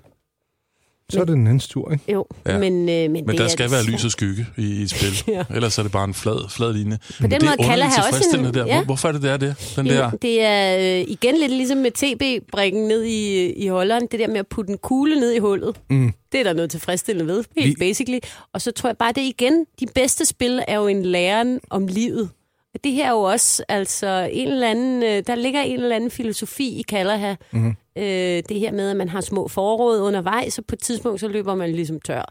Speaker 2: Så er det den andens tur, ikke?
Speaker 3: Jo, ja.
Speaker 4: Ja.
Speaker 3: men, øh, men,
Speaker 4: Men,
Speaker 3: det
Speaker 4: men der
Speaker 3: er
Speaker 4: skal
Speaker 3: det
Speaker 4: være
Speaker 3: svært.
Speaker 4: lys og skygge i, i et
Speaker 3: (laughs)
Speaker 4: spil.
Speaker 3: Ja.
Speaker 4: ja. Ellers er det bare en flad, flad linje.
Speaker 3: den
Speaker 4: det
Speaker 3: måde,
Speaker 4: er
Speaker 3: Kalle har også en-
Speaker 4: tilfredsstillende Der.
Speaker 3: ja.
Speaker 4: Ja. Hvorfor er det der, det? Den der...
Speaker 3: Jamen, det er øh, igen lidt ligesom med TB-brikken ned i, i holderen. Det der med at putte en kugle ned i hullet.
Speaker 2: Mm.
Speaker 3: Det er der noget tilfredsstillende ved,
Speaker 2: Vi-
Speaker 3: helt basically. Og så tror jeg bare, det er igen, de bedste spil er jo en læren om livet. Og det her er jo også, altså, en eller anden, øh, der ligger en eller anden filosofi i kalder her.
Speaker 2: Mhm.
Speaker 3: Øh, det her med, at man har små forråd undervejs, og på et tidspunkt, så løber man ligesom tør.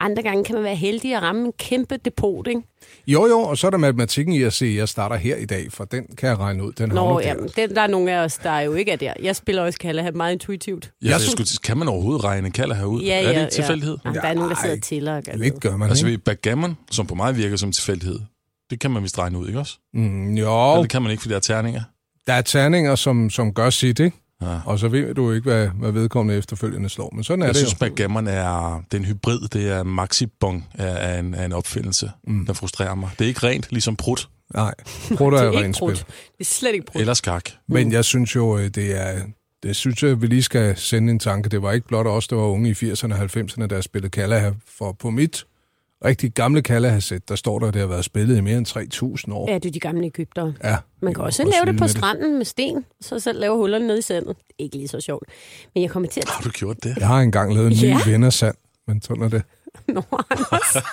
Speaker 3: Andre gange kan man være heldig at ramme en kæmpe depot, ikke?
Speaker 2: Jo, jo, og så er der matematikken i at se, at jeg starter her i dag, for den kan jeg regne ud. Den havner
Speaker 3: Nå,
Speaker 2: der.
Speaker 3: jamen, den, der er nogle af os, der jo ikke er der. Jeg spiller også kalder her meget intuitivt.
Speaker 4: Ja, jeg skulle, kan man overhovedet regne kalder herud?
Speaker 3: Ja,
Speaker 4: er
Speaker 3: ja,
Speaker 4: det
Speaker 3: ja.
Speaker 4: ikke tilfældighed?
Speaker 3: Ja, der er nogen, der sidder og tæller. og gør
Speaker 2: Lidt gør man,
Speaker 4: Altså
Speaker 2: ikke?
Speaker 4: ved backgammon, som på mig virker som tilfældighed, det kan man vist regne ud, ikke også?
Speaker 2: Mm, jo,
Speaker 4: Eller det kan man ikke, fordi der er terninger.
Speaker 2: der er terninger, som, som gør sit, ikke?
Speaker 4: Ja.
Speaker 2: Og så ved du ikke, hvad, hvad vedkommende efterfølgende slår. Men sådan er
Speaker 4: jeg
Speaker 2: det
Speaker 4: synes,
Speaker 2: jo.
Speaker 4: backgammon er den hybrid, det er maxibong af, af, en, af en opfindelse, mm. der frustrerer mig. Det er ikke rent, ligesom prut
Speaker 2: Nej, prøv
Speaker 3: (laughs) Det
Speaker 2: er
Speaker 3: er
Speaker 2: jo
Speaker 3: ikke
Speaker 2: rent
Speaker 3: brudt.
Speaker 2: spil.
Speaker 3: Det er slet ikke brudt.
Speaker 4: eller skak.
Speaker 3: Mm.
Speaker 2: Men jeg synes jo, øh, det er... Det synes jeg, vi lige skal sende en tanke. Det var ikke blot os, der var unge i 80'erne og 90'erne, der spillede Kalaha. For på mit rigtig gamle Kalaha-sæt, der står der, at det har været spillet i mere end 3.000 år.
Speaker 3: Ja, det er de gamle Ægypter.
Speaker 2: Ja.
Speaker 3: Man kan også
Speaker 2: også
Speaker 3: lave
Speaker 2: vilde
Speaker 3: det på
Speaker 2: med det.
Speaker 3: stranden med sten, og så selv lave hullerne nede i sandet. Det er Ikke lige så sjovt. Men jeg kommer til at...
Speaker 4: Har du gjort det?
Speaker 2: Jeg har engang lavet en ny
Speaker 3: Ja.
Speaker 2: ja. vennersand, men sådan er det.
Speaker 3: Nå, Anders.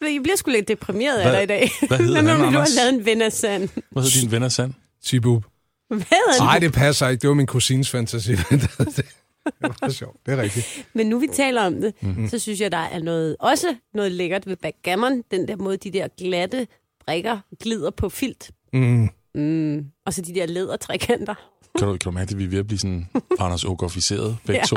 Speaker 3: Jeg bliver sgu lidt deprimeret af
Speaker 4: Hvad-
Speaker 3: dig i dag.
Speaker 4: hvad
Speaker 3: (laughs)
Speaker 4: hedder
Speaker 3: Når
Speaker 4: han,
Speaker 3: nu du har
Speaker 4: Anders?
Speaker 3: lavet en ven af sand.
Speaker 4: Hvad hedder din venner sand?
Speaker 2: Tibub.
Speaker 3: Hvad er det?
Speaker 2: Nej, det passer ikke. Det var min kusines fantasi. (laughs) det var sjovt. Det er rigtigt.
Speaker 3: Men nu vi taler om det, mm-hmm.
Speaker 2: Mhm.
Speaker 3: så synes jeg, der er noget, også noget lækkert ved backgammon. Den der måde, de der glatte brikker glider på filt.
Speaker 2: Mm.
Speaker 3: Mm. Og så de der lædertrækanter.
Speaker 4: Kan du, kan du mærke, at vi er ved at blive sådan Anders Ågorficeret, begge
Speaker 3: (laughs)
Speaker 4: to?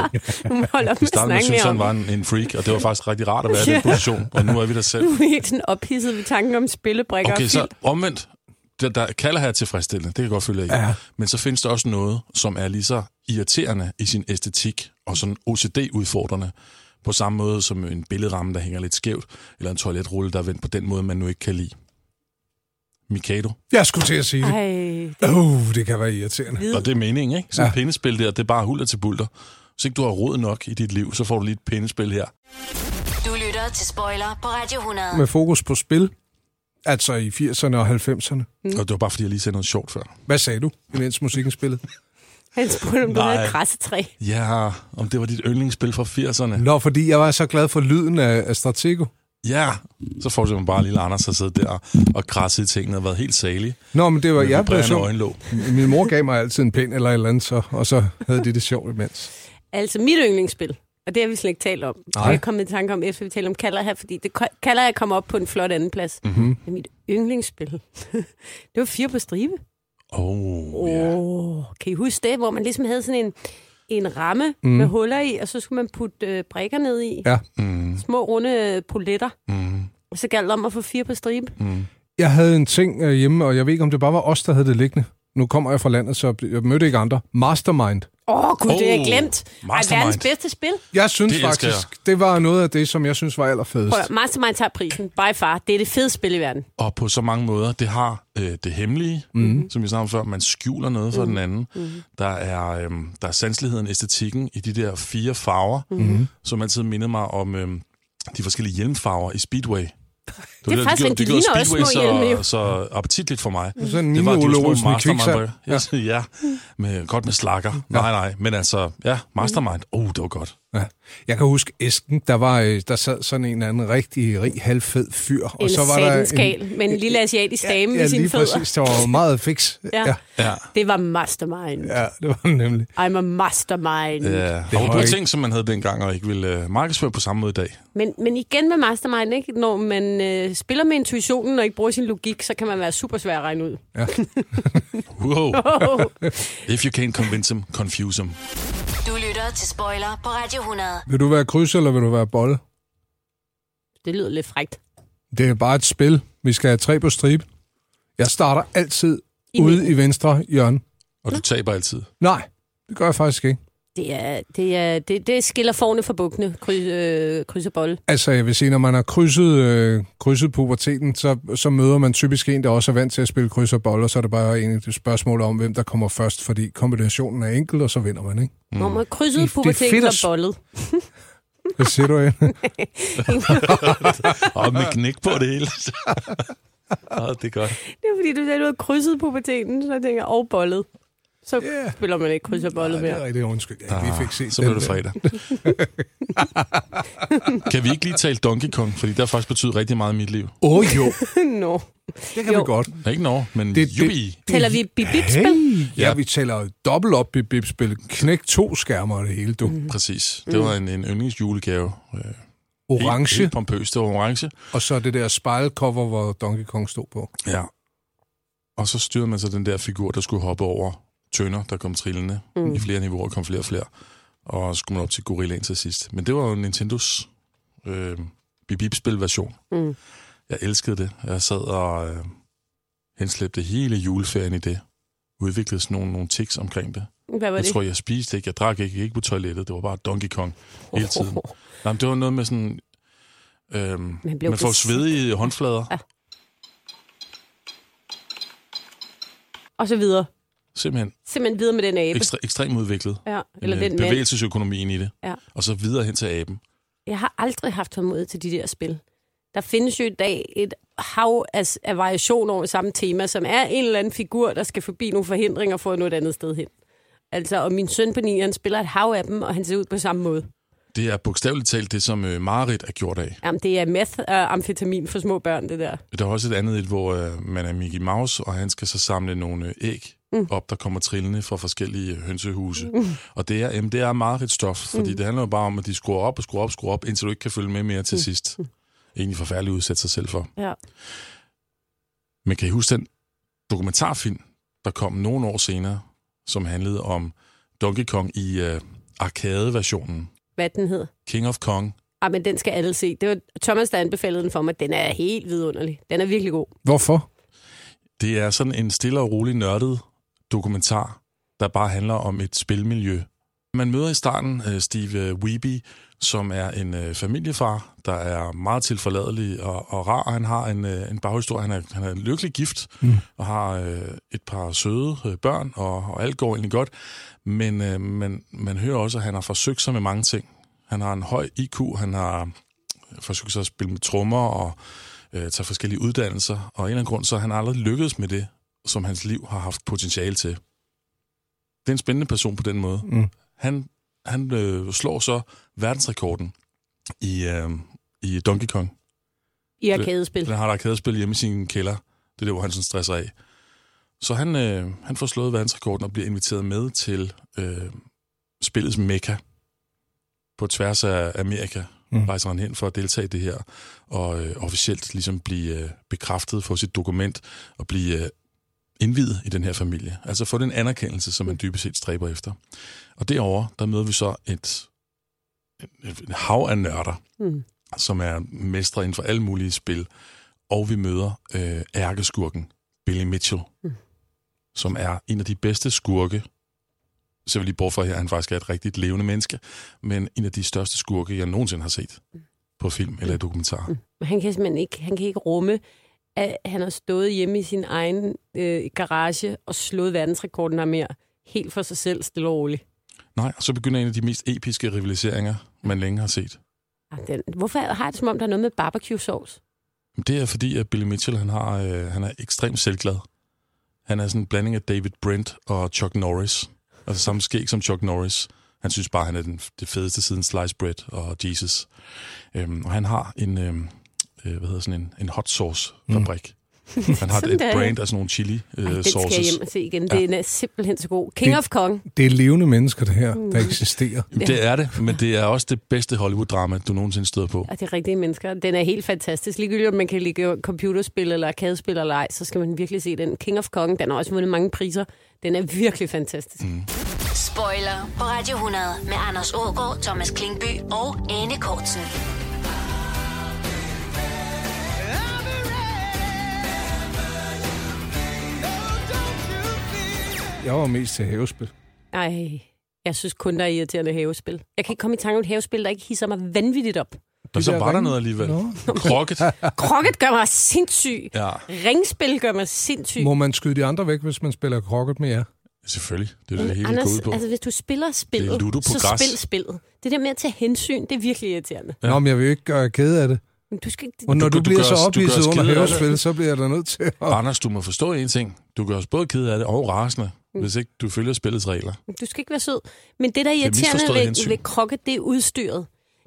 Speaker 3: Nu holder op med
Speaker 4: I
Speaker 3: at
Speaker 4: starten jeg
Speaker 3: snakke
Speaker 4: synes,
Speaker 3: mere
Speaker 4: han
Speaker 3: om
Speaker 4: var
Speaker 3: det.
Speaker 4: en, en freak, og det var faktisk rigtig rart
Speaker 3: (laughs)
Speaker 4: at være i
Speaker 3: Ja.
Speaker 4: den position, og nu er vi der selv.
Speaker 3: Nu er vi (laughs) helt sådan ophidset ved tanken om spillebrikker
Speaker 4: Okay,
Speaker 3: og
Speaker 4: så
Speaker 3: filt.
Speaker 4: omvendt. Der, der kalder her tilfredsstillende, det kan jeg godt følge af. Ja. Men så findes der også noget, som er lige så irriterende i sin æstetik, og sådan OCD-udfordrende, på samme måde som en billedramme, der hænger lidt skævt, eller en toiletrulle, der er vendt på den måde, man nu ikke kan lide. Mikado.
Speaker 2: Jeg skulle til at sige det.
Speaker 3: Ej,
Speaker 2: Oh, det kan være irriterende.
Speaker 4: Og det er meningen, ikke? Sådan
Speaker 2: Ja.
Speaker 4: ja. et pindespil der, det er bare hulter til bulter. Hvis ikke du har råd nok i dit liv, så får du lige et pindespil her.
Speaker 1: Du lytter til Spoiler på Radio 100.
Speaker 2: Med fokus på spil, altså i 80'erne og 90'erne.
Speaker 4: Mm. Og det var bare, fordi jeg lige sagde noget sjovt før.
Speaker 2: Hvad sagde du, imens musikken spillede?
Speaker 3: Han spurgte, om du
Speaker 4: Nej.
Speaker 3: havde et krassetræ.
Speaker 4: Ja, om det var dit yndlingsspil fra 80'erne.
Speaker 2: Nå, fordi jeg var så glad for lyden af, af Stratego.
Speaker 4: Ja, så fortsætter man bare lille Anders har siddet der og krasset i tingene og været helt salig.
Speaker 2: Nå, men det var
Speaker 4: Med
Speaker 2: jeg blev
Speaker 4: vibrerende
Speaker 2: så...
Speaker 4: øjenlåg.
Speaker 2: (laughs) Min mor gav mig altid en pind eller et eller andet, så, og så havde de det sjovt imens.
Speaker 3: Altså mit yndlingsspil, og det har vi slet ikke talt om.
Speaker 2: Nej.
Speaker 3: Og jeg kom i tanke om, efter vi talte om Kaller her, fordi det, Kaller her kom op på en flot anden plads.
Speaker 2: Mhm.
Speaker 3: Men mit yndlingsspil, (laughs) det var fire på stribe.
Speaker 4: Åh, oh,
Speaker 3: Åh, oh, kan I huske det, hvor man ligesom havde sådan en, en ramme mm.
Speaker 2: Mm.
Speaker 3: med huller i, og så skulle man putte øh, brikker ned i.
Speaker 2: Ja.
Speaker 4: Mm.
Speaker 3: Små runde øh, poletter.
Speaker 4: Mm.
Speaker 3: Og så galt det om at få fire på stribe.
Speaker 4: Mm.
Speaker 2: Jeg havde en ting øh, hjemme, og jeg ved ikke, om det bare var os, der havde det liggende. Nu kommer jeg fra landet, så jeg mødte ikke andre. Mastermind.
Speaker 3: Åh, oh, gud, oh, det er
Speaker 4: Oh,
Speaker 3: glemt. Ej,
Speaker 4: Mastermind.
Speaker 3: verdens bedste spil.
Speaker 2: Jeg synes
Speaker 4: Det
Speaker 2: det
Speaker 4: elsker
Speaker 2: faktisk, jeg. det var noget af det, som jeg synes var allerfedest.
Speaker 3: Prøv, at høre, Mastermind tager prisen. By far. Det er det fede spil i verden.
Speaker 4: Og på så mange måder. Det har øh, det hemmelige,
Speaker 2: Mhm.
Speaker 4: mm. som vi snakkede om før. Man skjuler noget
Speaker 3: Mhm.
Speaker 4: for mm. den anden. Mm. Der, er, øh, der er sanseligheden, æstetikken i de der fire farver,
Speaker 3: Mhm.
Speaker 2: Mhm.
Speaker 4: mm. som altid mindede mig om øh, de forskellige hjelmfarver i Speedway.
Speaker 3: Det er faktisk rigtigt. De ligner også små hjelme, jo.
Speaker 4: så, så appetitligt for mig.
Speaker 2: Sådan en
Speaker 4: Det var de
Speaker 2: mini-Ole
Speaker 4: jo
Speaker 2: Olsen
Speaker 4: små
Speaker 2: i kviksand.
Speaker 4: mastermind. Ja, (laughs) ja. Med, godt med slakker. Nej, nej. Men altså, ja, mastermind.
Speaker 2: Mhm.
Speaker 4: Oh, det var godt.
Speaker 2: Ja. Jeg kan huske Esken, der, var, øh, der sad sådan en eller anden rigtig rig, halvfed fyr.
Speaker 3: En
Speaker 2: og så var der
Speaker 3: satanskal med en lille asiatisk dame
Speaker 2: ja,
Speaker 3: med sine
Speaker 2: lige
Speaker 3: fødder.
Speaker 2: præcis. Der var jo meget fix.
Speaker 3: Ja.
Speaker 4: Ja.
Speaker 2: Mhm.
Speaker 3: Det var mastermind.
Speaker 2: ja, det var den nemlig.
Speaker 3: I'm a mastermind.
Speaker 4: Ja,
Speaker 2: Det
Speaker 4: det
Speaker 2: var
Speaker 4: var
Speaker 2: ikke-
Speaker 4: ting, som man havde dengang, og ikke ville øh, markedsføre på samme måde i dag.
Speaker 3: Men, men igen med mastermind, ikke? når man øh, spiller med intuitionen og ikke bruger sin logik, så kan man være super svær at regne
Speaker 2: (laughs)
Speaker 3: ud. (laughs)
Speaker 4: Wow.
Speaker 3: Oh.
Speaker 4: If you can't convince him, confuse him.
Speaker 1: Du lytter til Spoiler på Radio 100.
Speaker 2: Vil du være kryds, eller vil du være bolle?
Speaker 3: det lyder lidt frægt.
Speaker 2: Det er bare et spil. Vi skal have tre på stribe. Jeg starter altid
Speaker 3: I
Speaker 2: I ude midten. i venstre hjørne.
Speaker 4: Og du taber altid?
Speaker 2: Nej, det gør jeg faktisk ikke.
Speaker 3: Det, er, det, er, det, det skiller forne fra bukkene, kryds, øh, kryds og bold.
Speaker 2: Altså, jeg vil sige, når man har krydset, øh, krydset puberteten, så, så møder man typisk en, der også er vant til at spille kryds og bold, og så er det bare en et spørgsmål om, hvem der kommer først, fordi kombinationen er enkel, og så vinder man, (laughs) ikke?
Speaker 3: Mm. Når man krydset puberteten og bollet.
Speaker 2: Hvad siger du, Anne?
Speaker 4: og med knæk på det hele. oh, det er godt.
Speaker 3: Det er fordi, du sagde, du havde krydset puberteten, så jeg tænker, og bollet. Så yeah. spiller man ikke kryds og bollet mere.
Speaker 2: Nej, det er rigtig undskyld. Ja, vi fik set
Speaker 4: Ah, så blev det fredag. (laughs) kan vi ikke lige tale Donkey Kong? Fordi det har faktisk betydet rigtig meget i mit liv.
Speaker 2: Åh oh, jo.
Speaker 3: (laughs) no.
Speaker 2: Det kan jo. vi godt.
Speaker 4: Ikke nå, men det, jubi. Det,
Speaker 3: det, Tæller vi bibibspil? Hey.
Speaker 2: Ja, vi tæller dobbelt op bibibspil. Knæk to skærmer og det hele, du. Mm.
Speaker 4: Præcis. Det var en, en yndlingsjulegave. Øh,
Speaker 2: Orange. Helt, helt
Speaker 4: pompøst, det var orange.
Speaker 2: Og så det der spejlcover, hvor Donkey Kong stod på.
Speaker 4: Ja. Og så styrede man så den der figur, der skulle hoppe over tønder, der kom trillende mm. i flere niveauer, kom flere og flere. Og så skulle man op til Gorillaen til sidst. Men det var jo Nintendos øh, bibibspil-version. Mm. Jeg elskede det. Jeg sad og øh, henslæbte hele juleferien i det. Udviklede sådan nogle, nogle tics omkring det.
Speaker 3: Hvad var
Speaker 4: jeg
Speaker 3: det?
Speaker 4: tror, jeg spiste ikke, jeg drak ikke, jeg gik på toilettet. Det var bare Donkey Kong hele tiden. Oh. Nej, men det var noget med sådan... Øh, man, man får svedige håndflader. Ja.
Speaker 3: (laughs) Og så videre.
Speaker 4: Simpelthen.
Speaker 3: Simpelthen videre med den abe.
Speaker 4: Ekstre, ekstremt udviklet.
Speaker 3: Ja, eller
Speaker 4: en, den øh, bevægelsesøkonomien i det. Ja. Og så videre hen til aben.
Speaker 3: Jeg har aldrig haft tålmodighed til de der spil. Der findes jo i dag et hav af, af variation over samme tema, som er en eller anden figur, der skal forbi nogle forhindringer for at nå et andet sted hen. Altså, og min søn på 9, han spiller et hav af dem, og han ser ud på samme måde.
Speaker 4: Det er bogstaveligt talt det, som øh, Marit er gjort af.
Speaker 3: Jamen, det er meth og amfetamin for små børn, det der.
Speaker 4: Der er også et andet et, hvor øh, man er Mickey Mouse, og han skal så samle nogle øh, æg mm. op, der kommer trillende fra forskellige hønsehuse. Mm. Og det er, jamen, det er meget et stof, fordi mm. det handler jo bare om, at de skruer op og skruer op og skruer op, indtil du ikke kan følge med mere til mm. sidst. Egentlig forfærdeligt udsætte sig selv for.
Speaker 3: Ja.
Speaker 4: Men kan I huske den dokumentarfilm, der kom nogle år senere, som handlede om Donkey Kong i øh, arcade-versionen?
Speaker 3: Hvad den hed?
Speaker 4: King of Kong.
Speaker 3: Ah, men den skal alle se. Det var Thomas, der anbefalede den for mig. Den er helt vidunderlig. Den er virkelig god.
Speaker 2: Hvorfor?
Speaker 4: Det er sådan en stille og rolig nørdet dokumentar, der bare handler om et spilmiljø. Man møder i starten øh, Steve Weeby, som er en øh, familiefar, der er meget tilforladelig og, og rar. Han har en, øh, en baghistorie. Han er, han er lykkelig gift mm. og har øh, et par søde øh, børn, og, og alt går egentlig godt. Men øh, man, man hører også, at han har forsøgt sig med mange ting. Han har en høj IQ, han har forsøgt sig at spille med trommer og øh, tage forskellige uddannelser. Og af en eller anden grund, så har han aldrig lykkedes med det, som hans liv har haft potentiale til. Det er en spændende person på den måde. Mm. Han, han øh, slår så verdensrekorden i, øh, i Donkey Kong.
Speaker 3: I arkadespil.
Speaker 4: Han har et arkadespil hjemme i sin kælder. Det er det, hvor han sådan stresser af. Så han, øh, han får slået verdensrekorden og bliver inviteret med til øh, spillets mekka på tværs af Amerika. Mm. Rejser han hen for at deltage i det her, og øh, officielt ligesom blive øh, bekræftet, få sit dokument og blive øh, indvidet i den her familie. Altså få den anerkendelse, som man dybest set stræber efter. Og derover der møder vi så et, et, et hav af nørder, mm. som er mestre inden for alle mulige spil. Og vi møder øh, ærkeskurken Billy Mitchell, mm. som er en af de bedste skurke, så vil lige bort fra her, at han faktisk er et rigtigt levende menneske, men en af de største skurke, jeg nogensinde har set på film eller dokumentar.
Speaker 3: Mm. Han kan simpelthen ikke, han kan ikke rumme at han har stået hjemme i sin egen øh, garage og slået verdensrekorden her mere helt for sig selv, stille og roligt.
Speaker 4: Nej, og så begynder en af de mest episke rivaliseringer, man længe har set.
Speaker 3: Ah, Den, hvorfor har jeg det, som om der er noget med barbecue sauce?
Speaker 4: Det er fordi, at Billy Mitchell han har, øh, han er ekstremt selvglad. Han er sådan en blanding af David Brent og Chuck Norris. Altså samme skæg som Chuck Norris. Han synes bare, han er den, det fedeste siden sliced bread og Jesus. Øhm, og han har en, øhm, øh, hvad hedder sådan en, en hot sauce fabrik. Mm.
Speaker 3: (laughs)
Speaker 4: Han har et, et brand af sådan nogle chili øh, Ej, den
Speaker 3: sauces. Den skal jeg hjem og se igen. Ja. Den er simpelthen så god. King
Speaker 2: det,
Speaker 3: of Kong.
Speaker 2: Det er levende mennesker, det her, mm. der eksisterer.
Speaker 4: Det er det, men det er også det bedste Hollywood-drama, du nogensinde støder på.
Speaker 3: Og Ah, det er rigtige mennesker. Den er helt fantastisk. Ligegyldigt om man kan ligge computerspil eller arkadespil eller ej, så skal man virkelig se den. King of Kong, den har også vundet mange priser. Den er virkelig fantastisk. Mm.
Speaker 1: Spoiler på Radio 100 med Anders Ågaard, Thomas Klingby og Anne Kortsen.
Speaker 2: Jeg var mest til havespil.
Speaker 3: Ej, jeg synes kun, der er irriterende havespil. Jeg kan ikke komme i tanke om et havespil, der ikke hisser mig vanvittigt op.
Speaker 4: Og så var der noget alligevel. No.
Speaker 3: (laughs)
Speaker 4: Krokket.
Speaker 3: Krokket gør mig sindssyg.
Speaker 4: Ja.
Speaker 3: Ringspil gør mig sindssyg.
Speaker 2: Må man skyde de andre væk, hvis man spiller krokket med jer?
Speaker 4: Selvfølgelig. Det er det, det hele går
Speaker 3: Anders,
Speaker 4: ud på.
Speaker 3: altså hvis du spiller spillet,
Speaker 4: ludo på
Speaker 3: så
Speaker 4: græs.
Speaker 3: spil spillet. Det der med at tage hensyn, det er virkelig irriterende.
Speaker 2: Ja. Nå, men jeg vil jo ikke gøre jer ked af det.
Speaker 3: Men du skal ikke...
Speaker 2: Og når
Speaker 4: Du-
Speaker 2: du, du
Speaker 4: du
Speaker 2: bliver
Speaker 4: gør
Speaker 2: så
Speaker 4: os- du gør
Speaker 2: opvisset
Speaker 4: os
Speaker 2: under
Speaker 4: kede af det.
Speaker 2: havespil, så bliver jeg da nødt til at...
Speaker 4: Anders, du må forstå en ting. Du gør os både ked af det og rasende, hvis ikke du følger spillets regler.
Speaker 3: Du skal ikke være sød. Men det, der er
Speaker 4: Det er
Speaker 3: irriterende
Speaker 4: misforstået
Speaker 3: ved,
Speaker 4: hensyn.
Speaker 3: ved krokket, det er udstyret.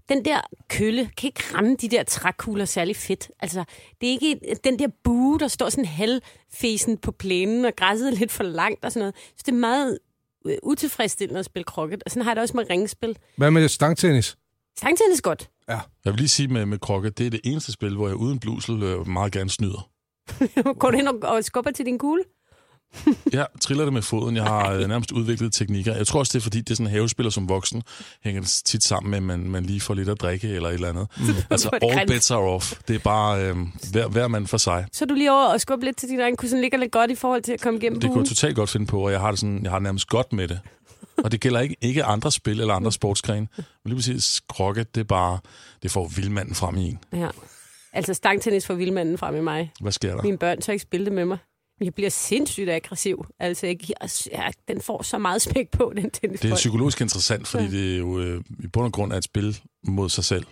Speaker 3: Den der kølle kan ikke ramme de der trækugler særlig fedt. Altså, det er ikke den der bue, der står sådan halvfesen på plænen, og græsset er lidt for langt og sådan noget. Så det er meget øh, utilfredsstillende at spille krokket. Og sådan har jeg det også med ringspil.
Speaker 2: Hvad med stangtennis?
Speaker 3: Stangtennis godt.
Speaker 2: Ja.
Speaker 4: Jeg vil lige sige med, med krokket, det er det eneste spil, hvor jeg uden blusel øh, meget gerne snyder.
Speaker 3: (laughs) Går du hen og, og skubber til din kugle?
Speaker 4: Jeg triller det med foden. Jeg har øh, nærmest udviklet teknikker. Jeg tror også, det er fordi, det er sådan en havespiller som voksen. Hænger det tit sammen med, at man, man lige får lidt at drikke eller et eller andet. Mm. Altså,
Speaker 3: på et
Speaker 4: all
Speaker 3: græns.
Speaker 4: bets are off. Det er bare øh, hver, hver mand for sig.
Speaker 3: Så er du lige over og skubber lidt til din egen kusin, ligger lidt godt i forhold til at komme igennem
Speaker 4: Det kunne
Speaker 3: buen.
Speaker 4: jeg totalt godt finde på, og jeg har det, sådan, jeg har det nærmest godt med det. Og det gælder ikke, ikke andre spil eller andre sportsgrene. Men lige præcis krokket, det er bare, det får vildmanden frem i en.
Speaker 3: Ja. Altså stangtennis for vildmanden frem i mig.
Speaker 4: Hvad sker der?
Speaker 3: Mine børn tør ikke spille det med mig. Jeg bliver sindssygt aggressiv. Altså, jeg, giver, jeg, den får så meget spæk på, den tennis.
Speaker 4: Det er psykologisk interessant, fordi det er jo øh, i bund og grund er et spil mod sig selv.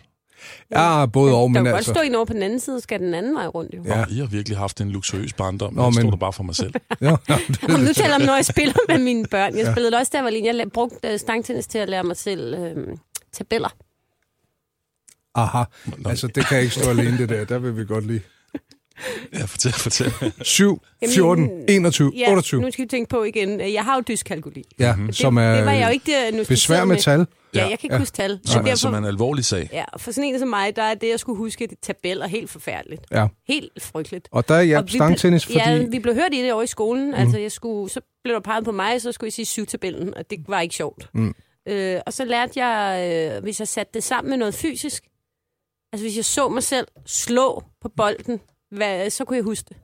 Speaker 2: Ja, både og,
Speaker 3: Der
Speaker 2: men
Speaker 3: kan godt
Speaker 2: altså...
Speaker 3: stå en over på den anden side, og skal den anden vej rundt. Jo.
Speaker 4: Ja. Og I har virkelig haft en luksuriøs barndom,
Speaker 2: Nå,
Speaker 4: men jeg stod
Speaker 2: men-
Speaker 4: der bare for mig selv.
Speaker 2: Ja, ja, det-
Speaker 3: Om nu taler om, når jeg spiller med mine børn. Jeg
Speaker 4: Ja.
Speaker 3: spillede det også, da jeg var lille. Jeg la- brugte øh, stangtennis til at lære mig selv øh, tabeller.
Speaker 2: (laughs) Aha, altså det kan ikke stå alene det der. Der vil vi godt lige...
Speaker 4: (laughs) Ja, fortæl, fortæl.
Speaker 2: 7,
Speaker 3: Jamen,
Speaker 2: 14, 21,
Speaker 3: Ja,
Speaker 2: 28.
Speaker 3: nu skal vi tænke på igen. Jeg har jo dyskalkuli.
Speaker 2: Ja,
Speaker 3: Og det,
Speaker 2: som er
Speaker 3: det var jeg jo ikke diagnosticeret
Speaker 2: besvær med tal.
Speaker 3: Ja, jeg kan ikke
Speaker 2: Ja. altså,
Speaker 3: huske tal.
Speaker 4: Som, er,
Speaker 3: Derfor-
Speaker 4: som er en alvorlig sag.
Speaker 3: Ja, og for sådan en som mig, der er det, jeg skulle huske, det tabeller helt forfærdeligt.
Speaker 2: Ja.
Speaker 3: Helt frygteligt.
Speaker 2: Og der hjalp
Speaker 3: Og vi ble-
Speaker 2: stangtennis, fordi-
Speaker 3: Ja, vi blev hørt i det over i skolen. Mm.
Speaker 2: Mm.
Speaker 3: Altså, jeg skulle, så blev der peget på mig, så skulle jeg sige syvtabellen, og det var ikke sjovt.
Speaker 2: Mm.
Speaker 3: Øh, og så lærte jeg, øh, hvis jeg satte det sammen med noget fysisk, altså hvis jeg så mig selv slå på bolden, hvad, så kunne jeg huske det.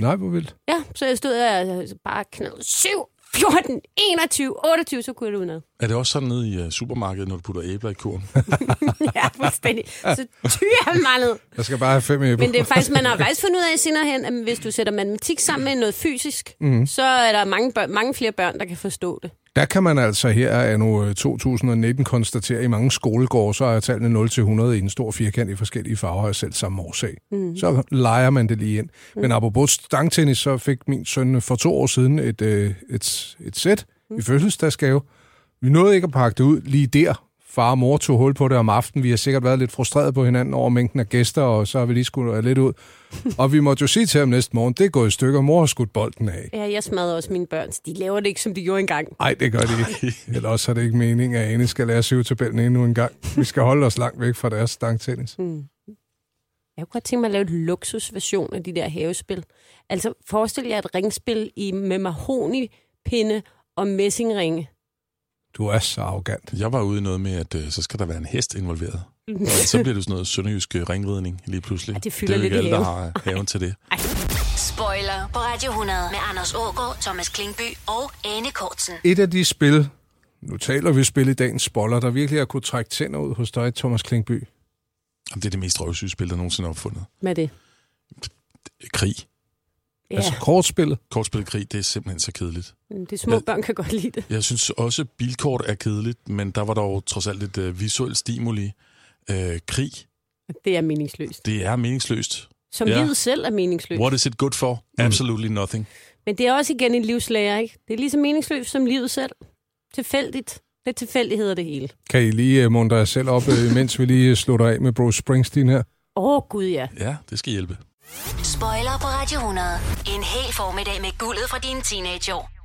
Speaker 2: Nej, hvor vildt.
Speaker 3: Ja, så jeg stod der og bare knaldede 7, 14, 21, 28, så kunne jeg det udenad.
Speaker 4: Er det også sådan nede i uh, supermarkedet, når du putter æbler i kurven?
Speaker 3: (laughs) ja, fuldstændig. Så tyrer jeg mig ned.
Speaker 2: Jeg skal bare have fem æbler.
Speaker 3: Men det er faktisk, man har faktisk fundet ud af senere hen, at hvis du sætter matematik sammen med noget fysisk, mm.
Speaker 2: Mhm.
Speaker 3: så er der mange, børn, mange flere børn, der kan forstå det.
Speaker 2: Der kan man altså her af nu 2019 konstatere, at i mange skolegårde, så er tallene 0-100 i en stor firkant i forskellige farver af selv samme årsag.
Speaker 12: Mhm.
Speaker 2: Mm. Så leger man det lige ind. Mm.
Speaker 12: Mhm.
Speaker 2: Men apropos stangtennis, så fik min søn øh, for to år siden et, øh, et, et sæt mm. i fødselsdagsgave. Vi nåede ikke at pakke det ud lige der. Far og mor tog hul på det om aftenen. Vi har sikkert været lidt frustreret på hinanden over mængden af gæster, og så har vi lige skudt lidt ud. og vi måtte jo sige til ham næste morgen, det er gået i stykker, mor har skudt bolden af.
Speaker 3: Ja, jeg smadrer også mine børn. De laver det ikke, som de gjorde engang.
Speaker 2: Nej, det gør det ikke. Eller også er det ikke meningen, at Ane skal lære syvtabellen endnu en gang. Vi skal holde os langt væk fra deres stangtennis.
Speaker 3: Mm. Jeg kunne godt tænke mig at lave en luksusversion af de der havespil. Altså, forestil jer et ringspil i, med mahonipinde og messingringe.
Speaker 2: Du er så arrogant.
Speaker 4: Jeg var ude i noget med, at øh, så skal der være en hest involveret. Og så bliver det sådan noget sønderjysk øh, ringridning lige pludselig.
Speaker 1: det fylder
Speaker 4: det er jo
Speaker 1: lidt
Speaker 4: ikke
Speaker 1: i
Speaker 4: alle, der
Speaker 1: haven.
Speaker 4: har øh, haven til det.
Speaker 1: Spoiler på Radio 100 med Anders Ågaard, Thomas Klingby og Anne Kortsen.
Speaker 2: Et af de spil, nu taler vi spil i dagens spoller, der virkelig har kunne trække tænder ud hos dig, Thomas Klingby.
Speaker 4: Jamen, det er det mest røvsyge spil, der nogensinde er opfundet.
Speaker 3: Hvad er det?
Speaker 4: Krig.
Speaker 3: Ja, altså,
Speaker 2: kortspillet?
Speaker 4: Kortspillet krig, det er simpelthen så kedeligt.
Speaker 3: de små
Speaker 4: Jeg-
Speaker 3: børn kan godt lide det.
Speaker 4: Jeg synes også, bilkort er kedeligt, men der var dog trods alt lidt øh, visuel stimuli. Øh, krig,
Speaker 3: Det er meningsløst.
Speaker 4: det er meningsløst.
Speaker 3: Som ja. livet selv er meningsløst.
Speaker 4: What is it good for? Absolutely nothing.
Speaker 3: Men det er også igen en livslærer, ikke? Det er lige så meningsløst som livet selv. Tilfældigt. Det er tilfældigheder det hele.
Speaker 2: Kan I lige uh, muntre jer selv op, øh, mens vi lige øh, slutter af med Bruce Springsteen her?
Speaker 3: Åh, oh, gud ja.
Speaker 4: Ja, det skal hjælpe.
Speaker 1: Spoiler på Radio 100. En hel formiddag med guldet fra dine teenageår.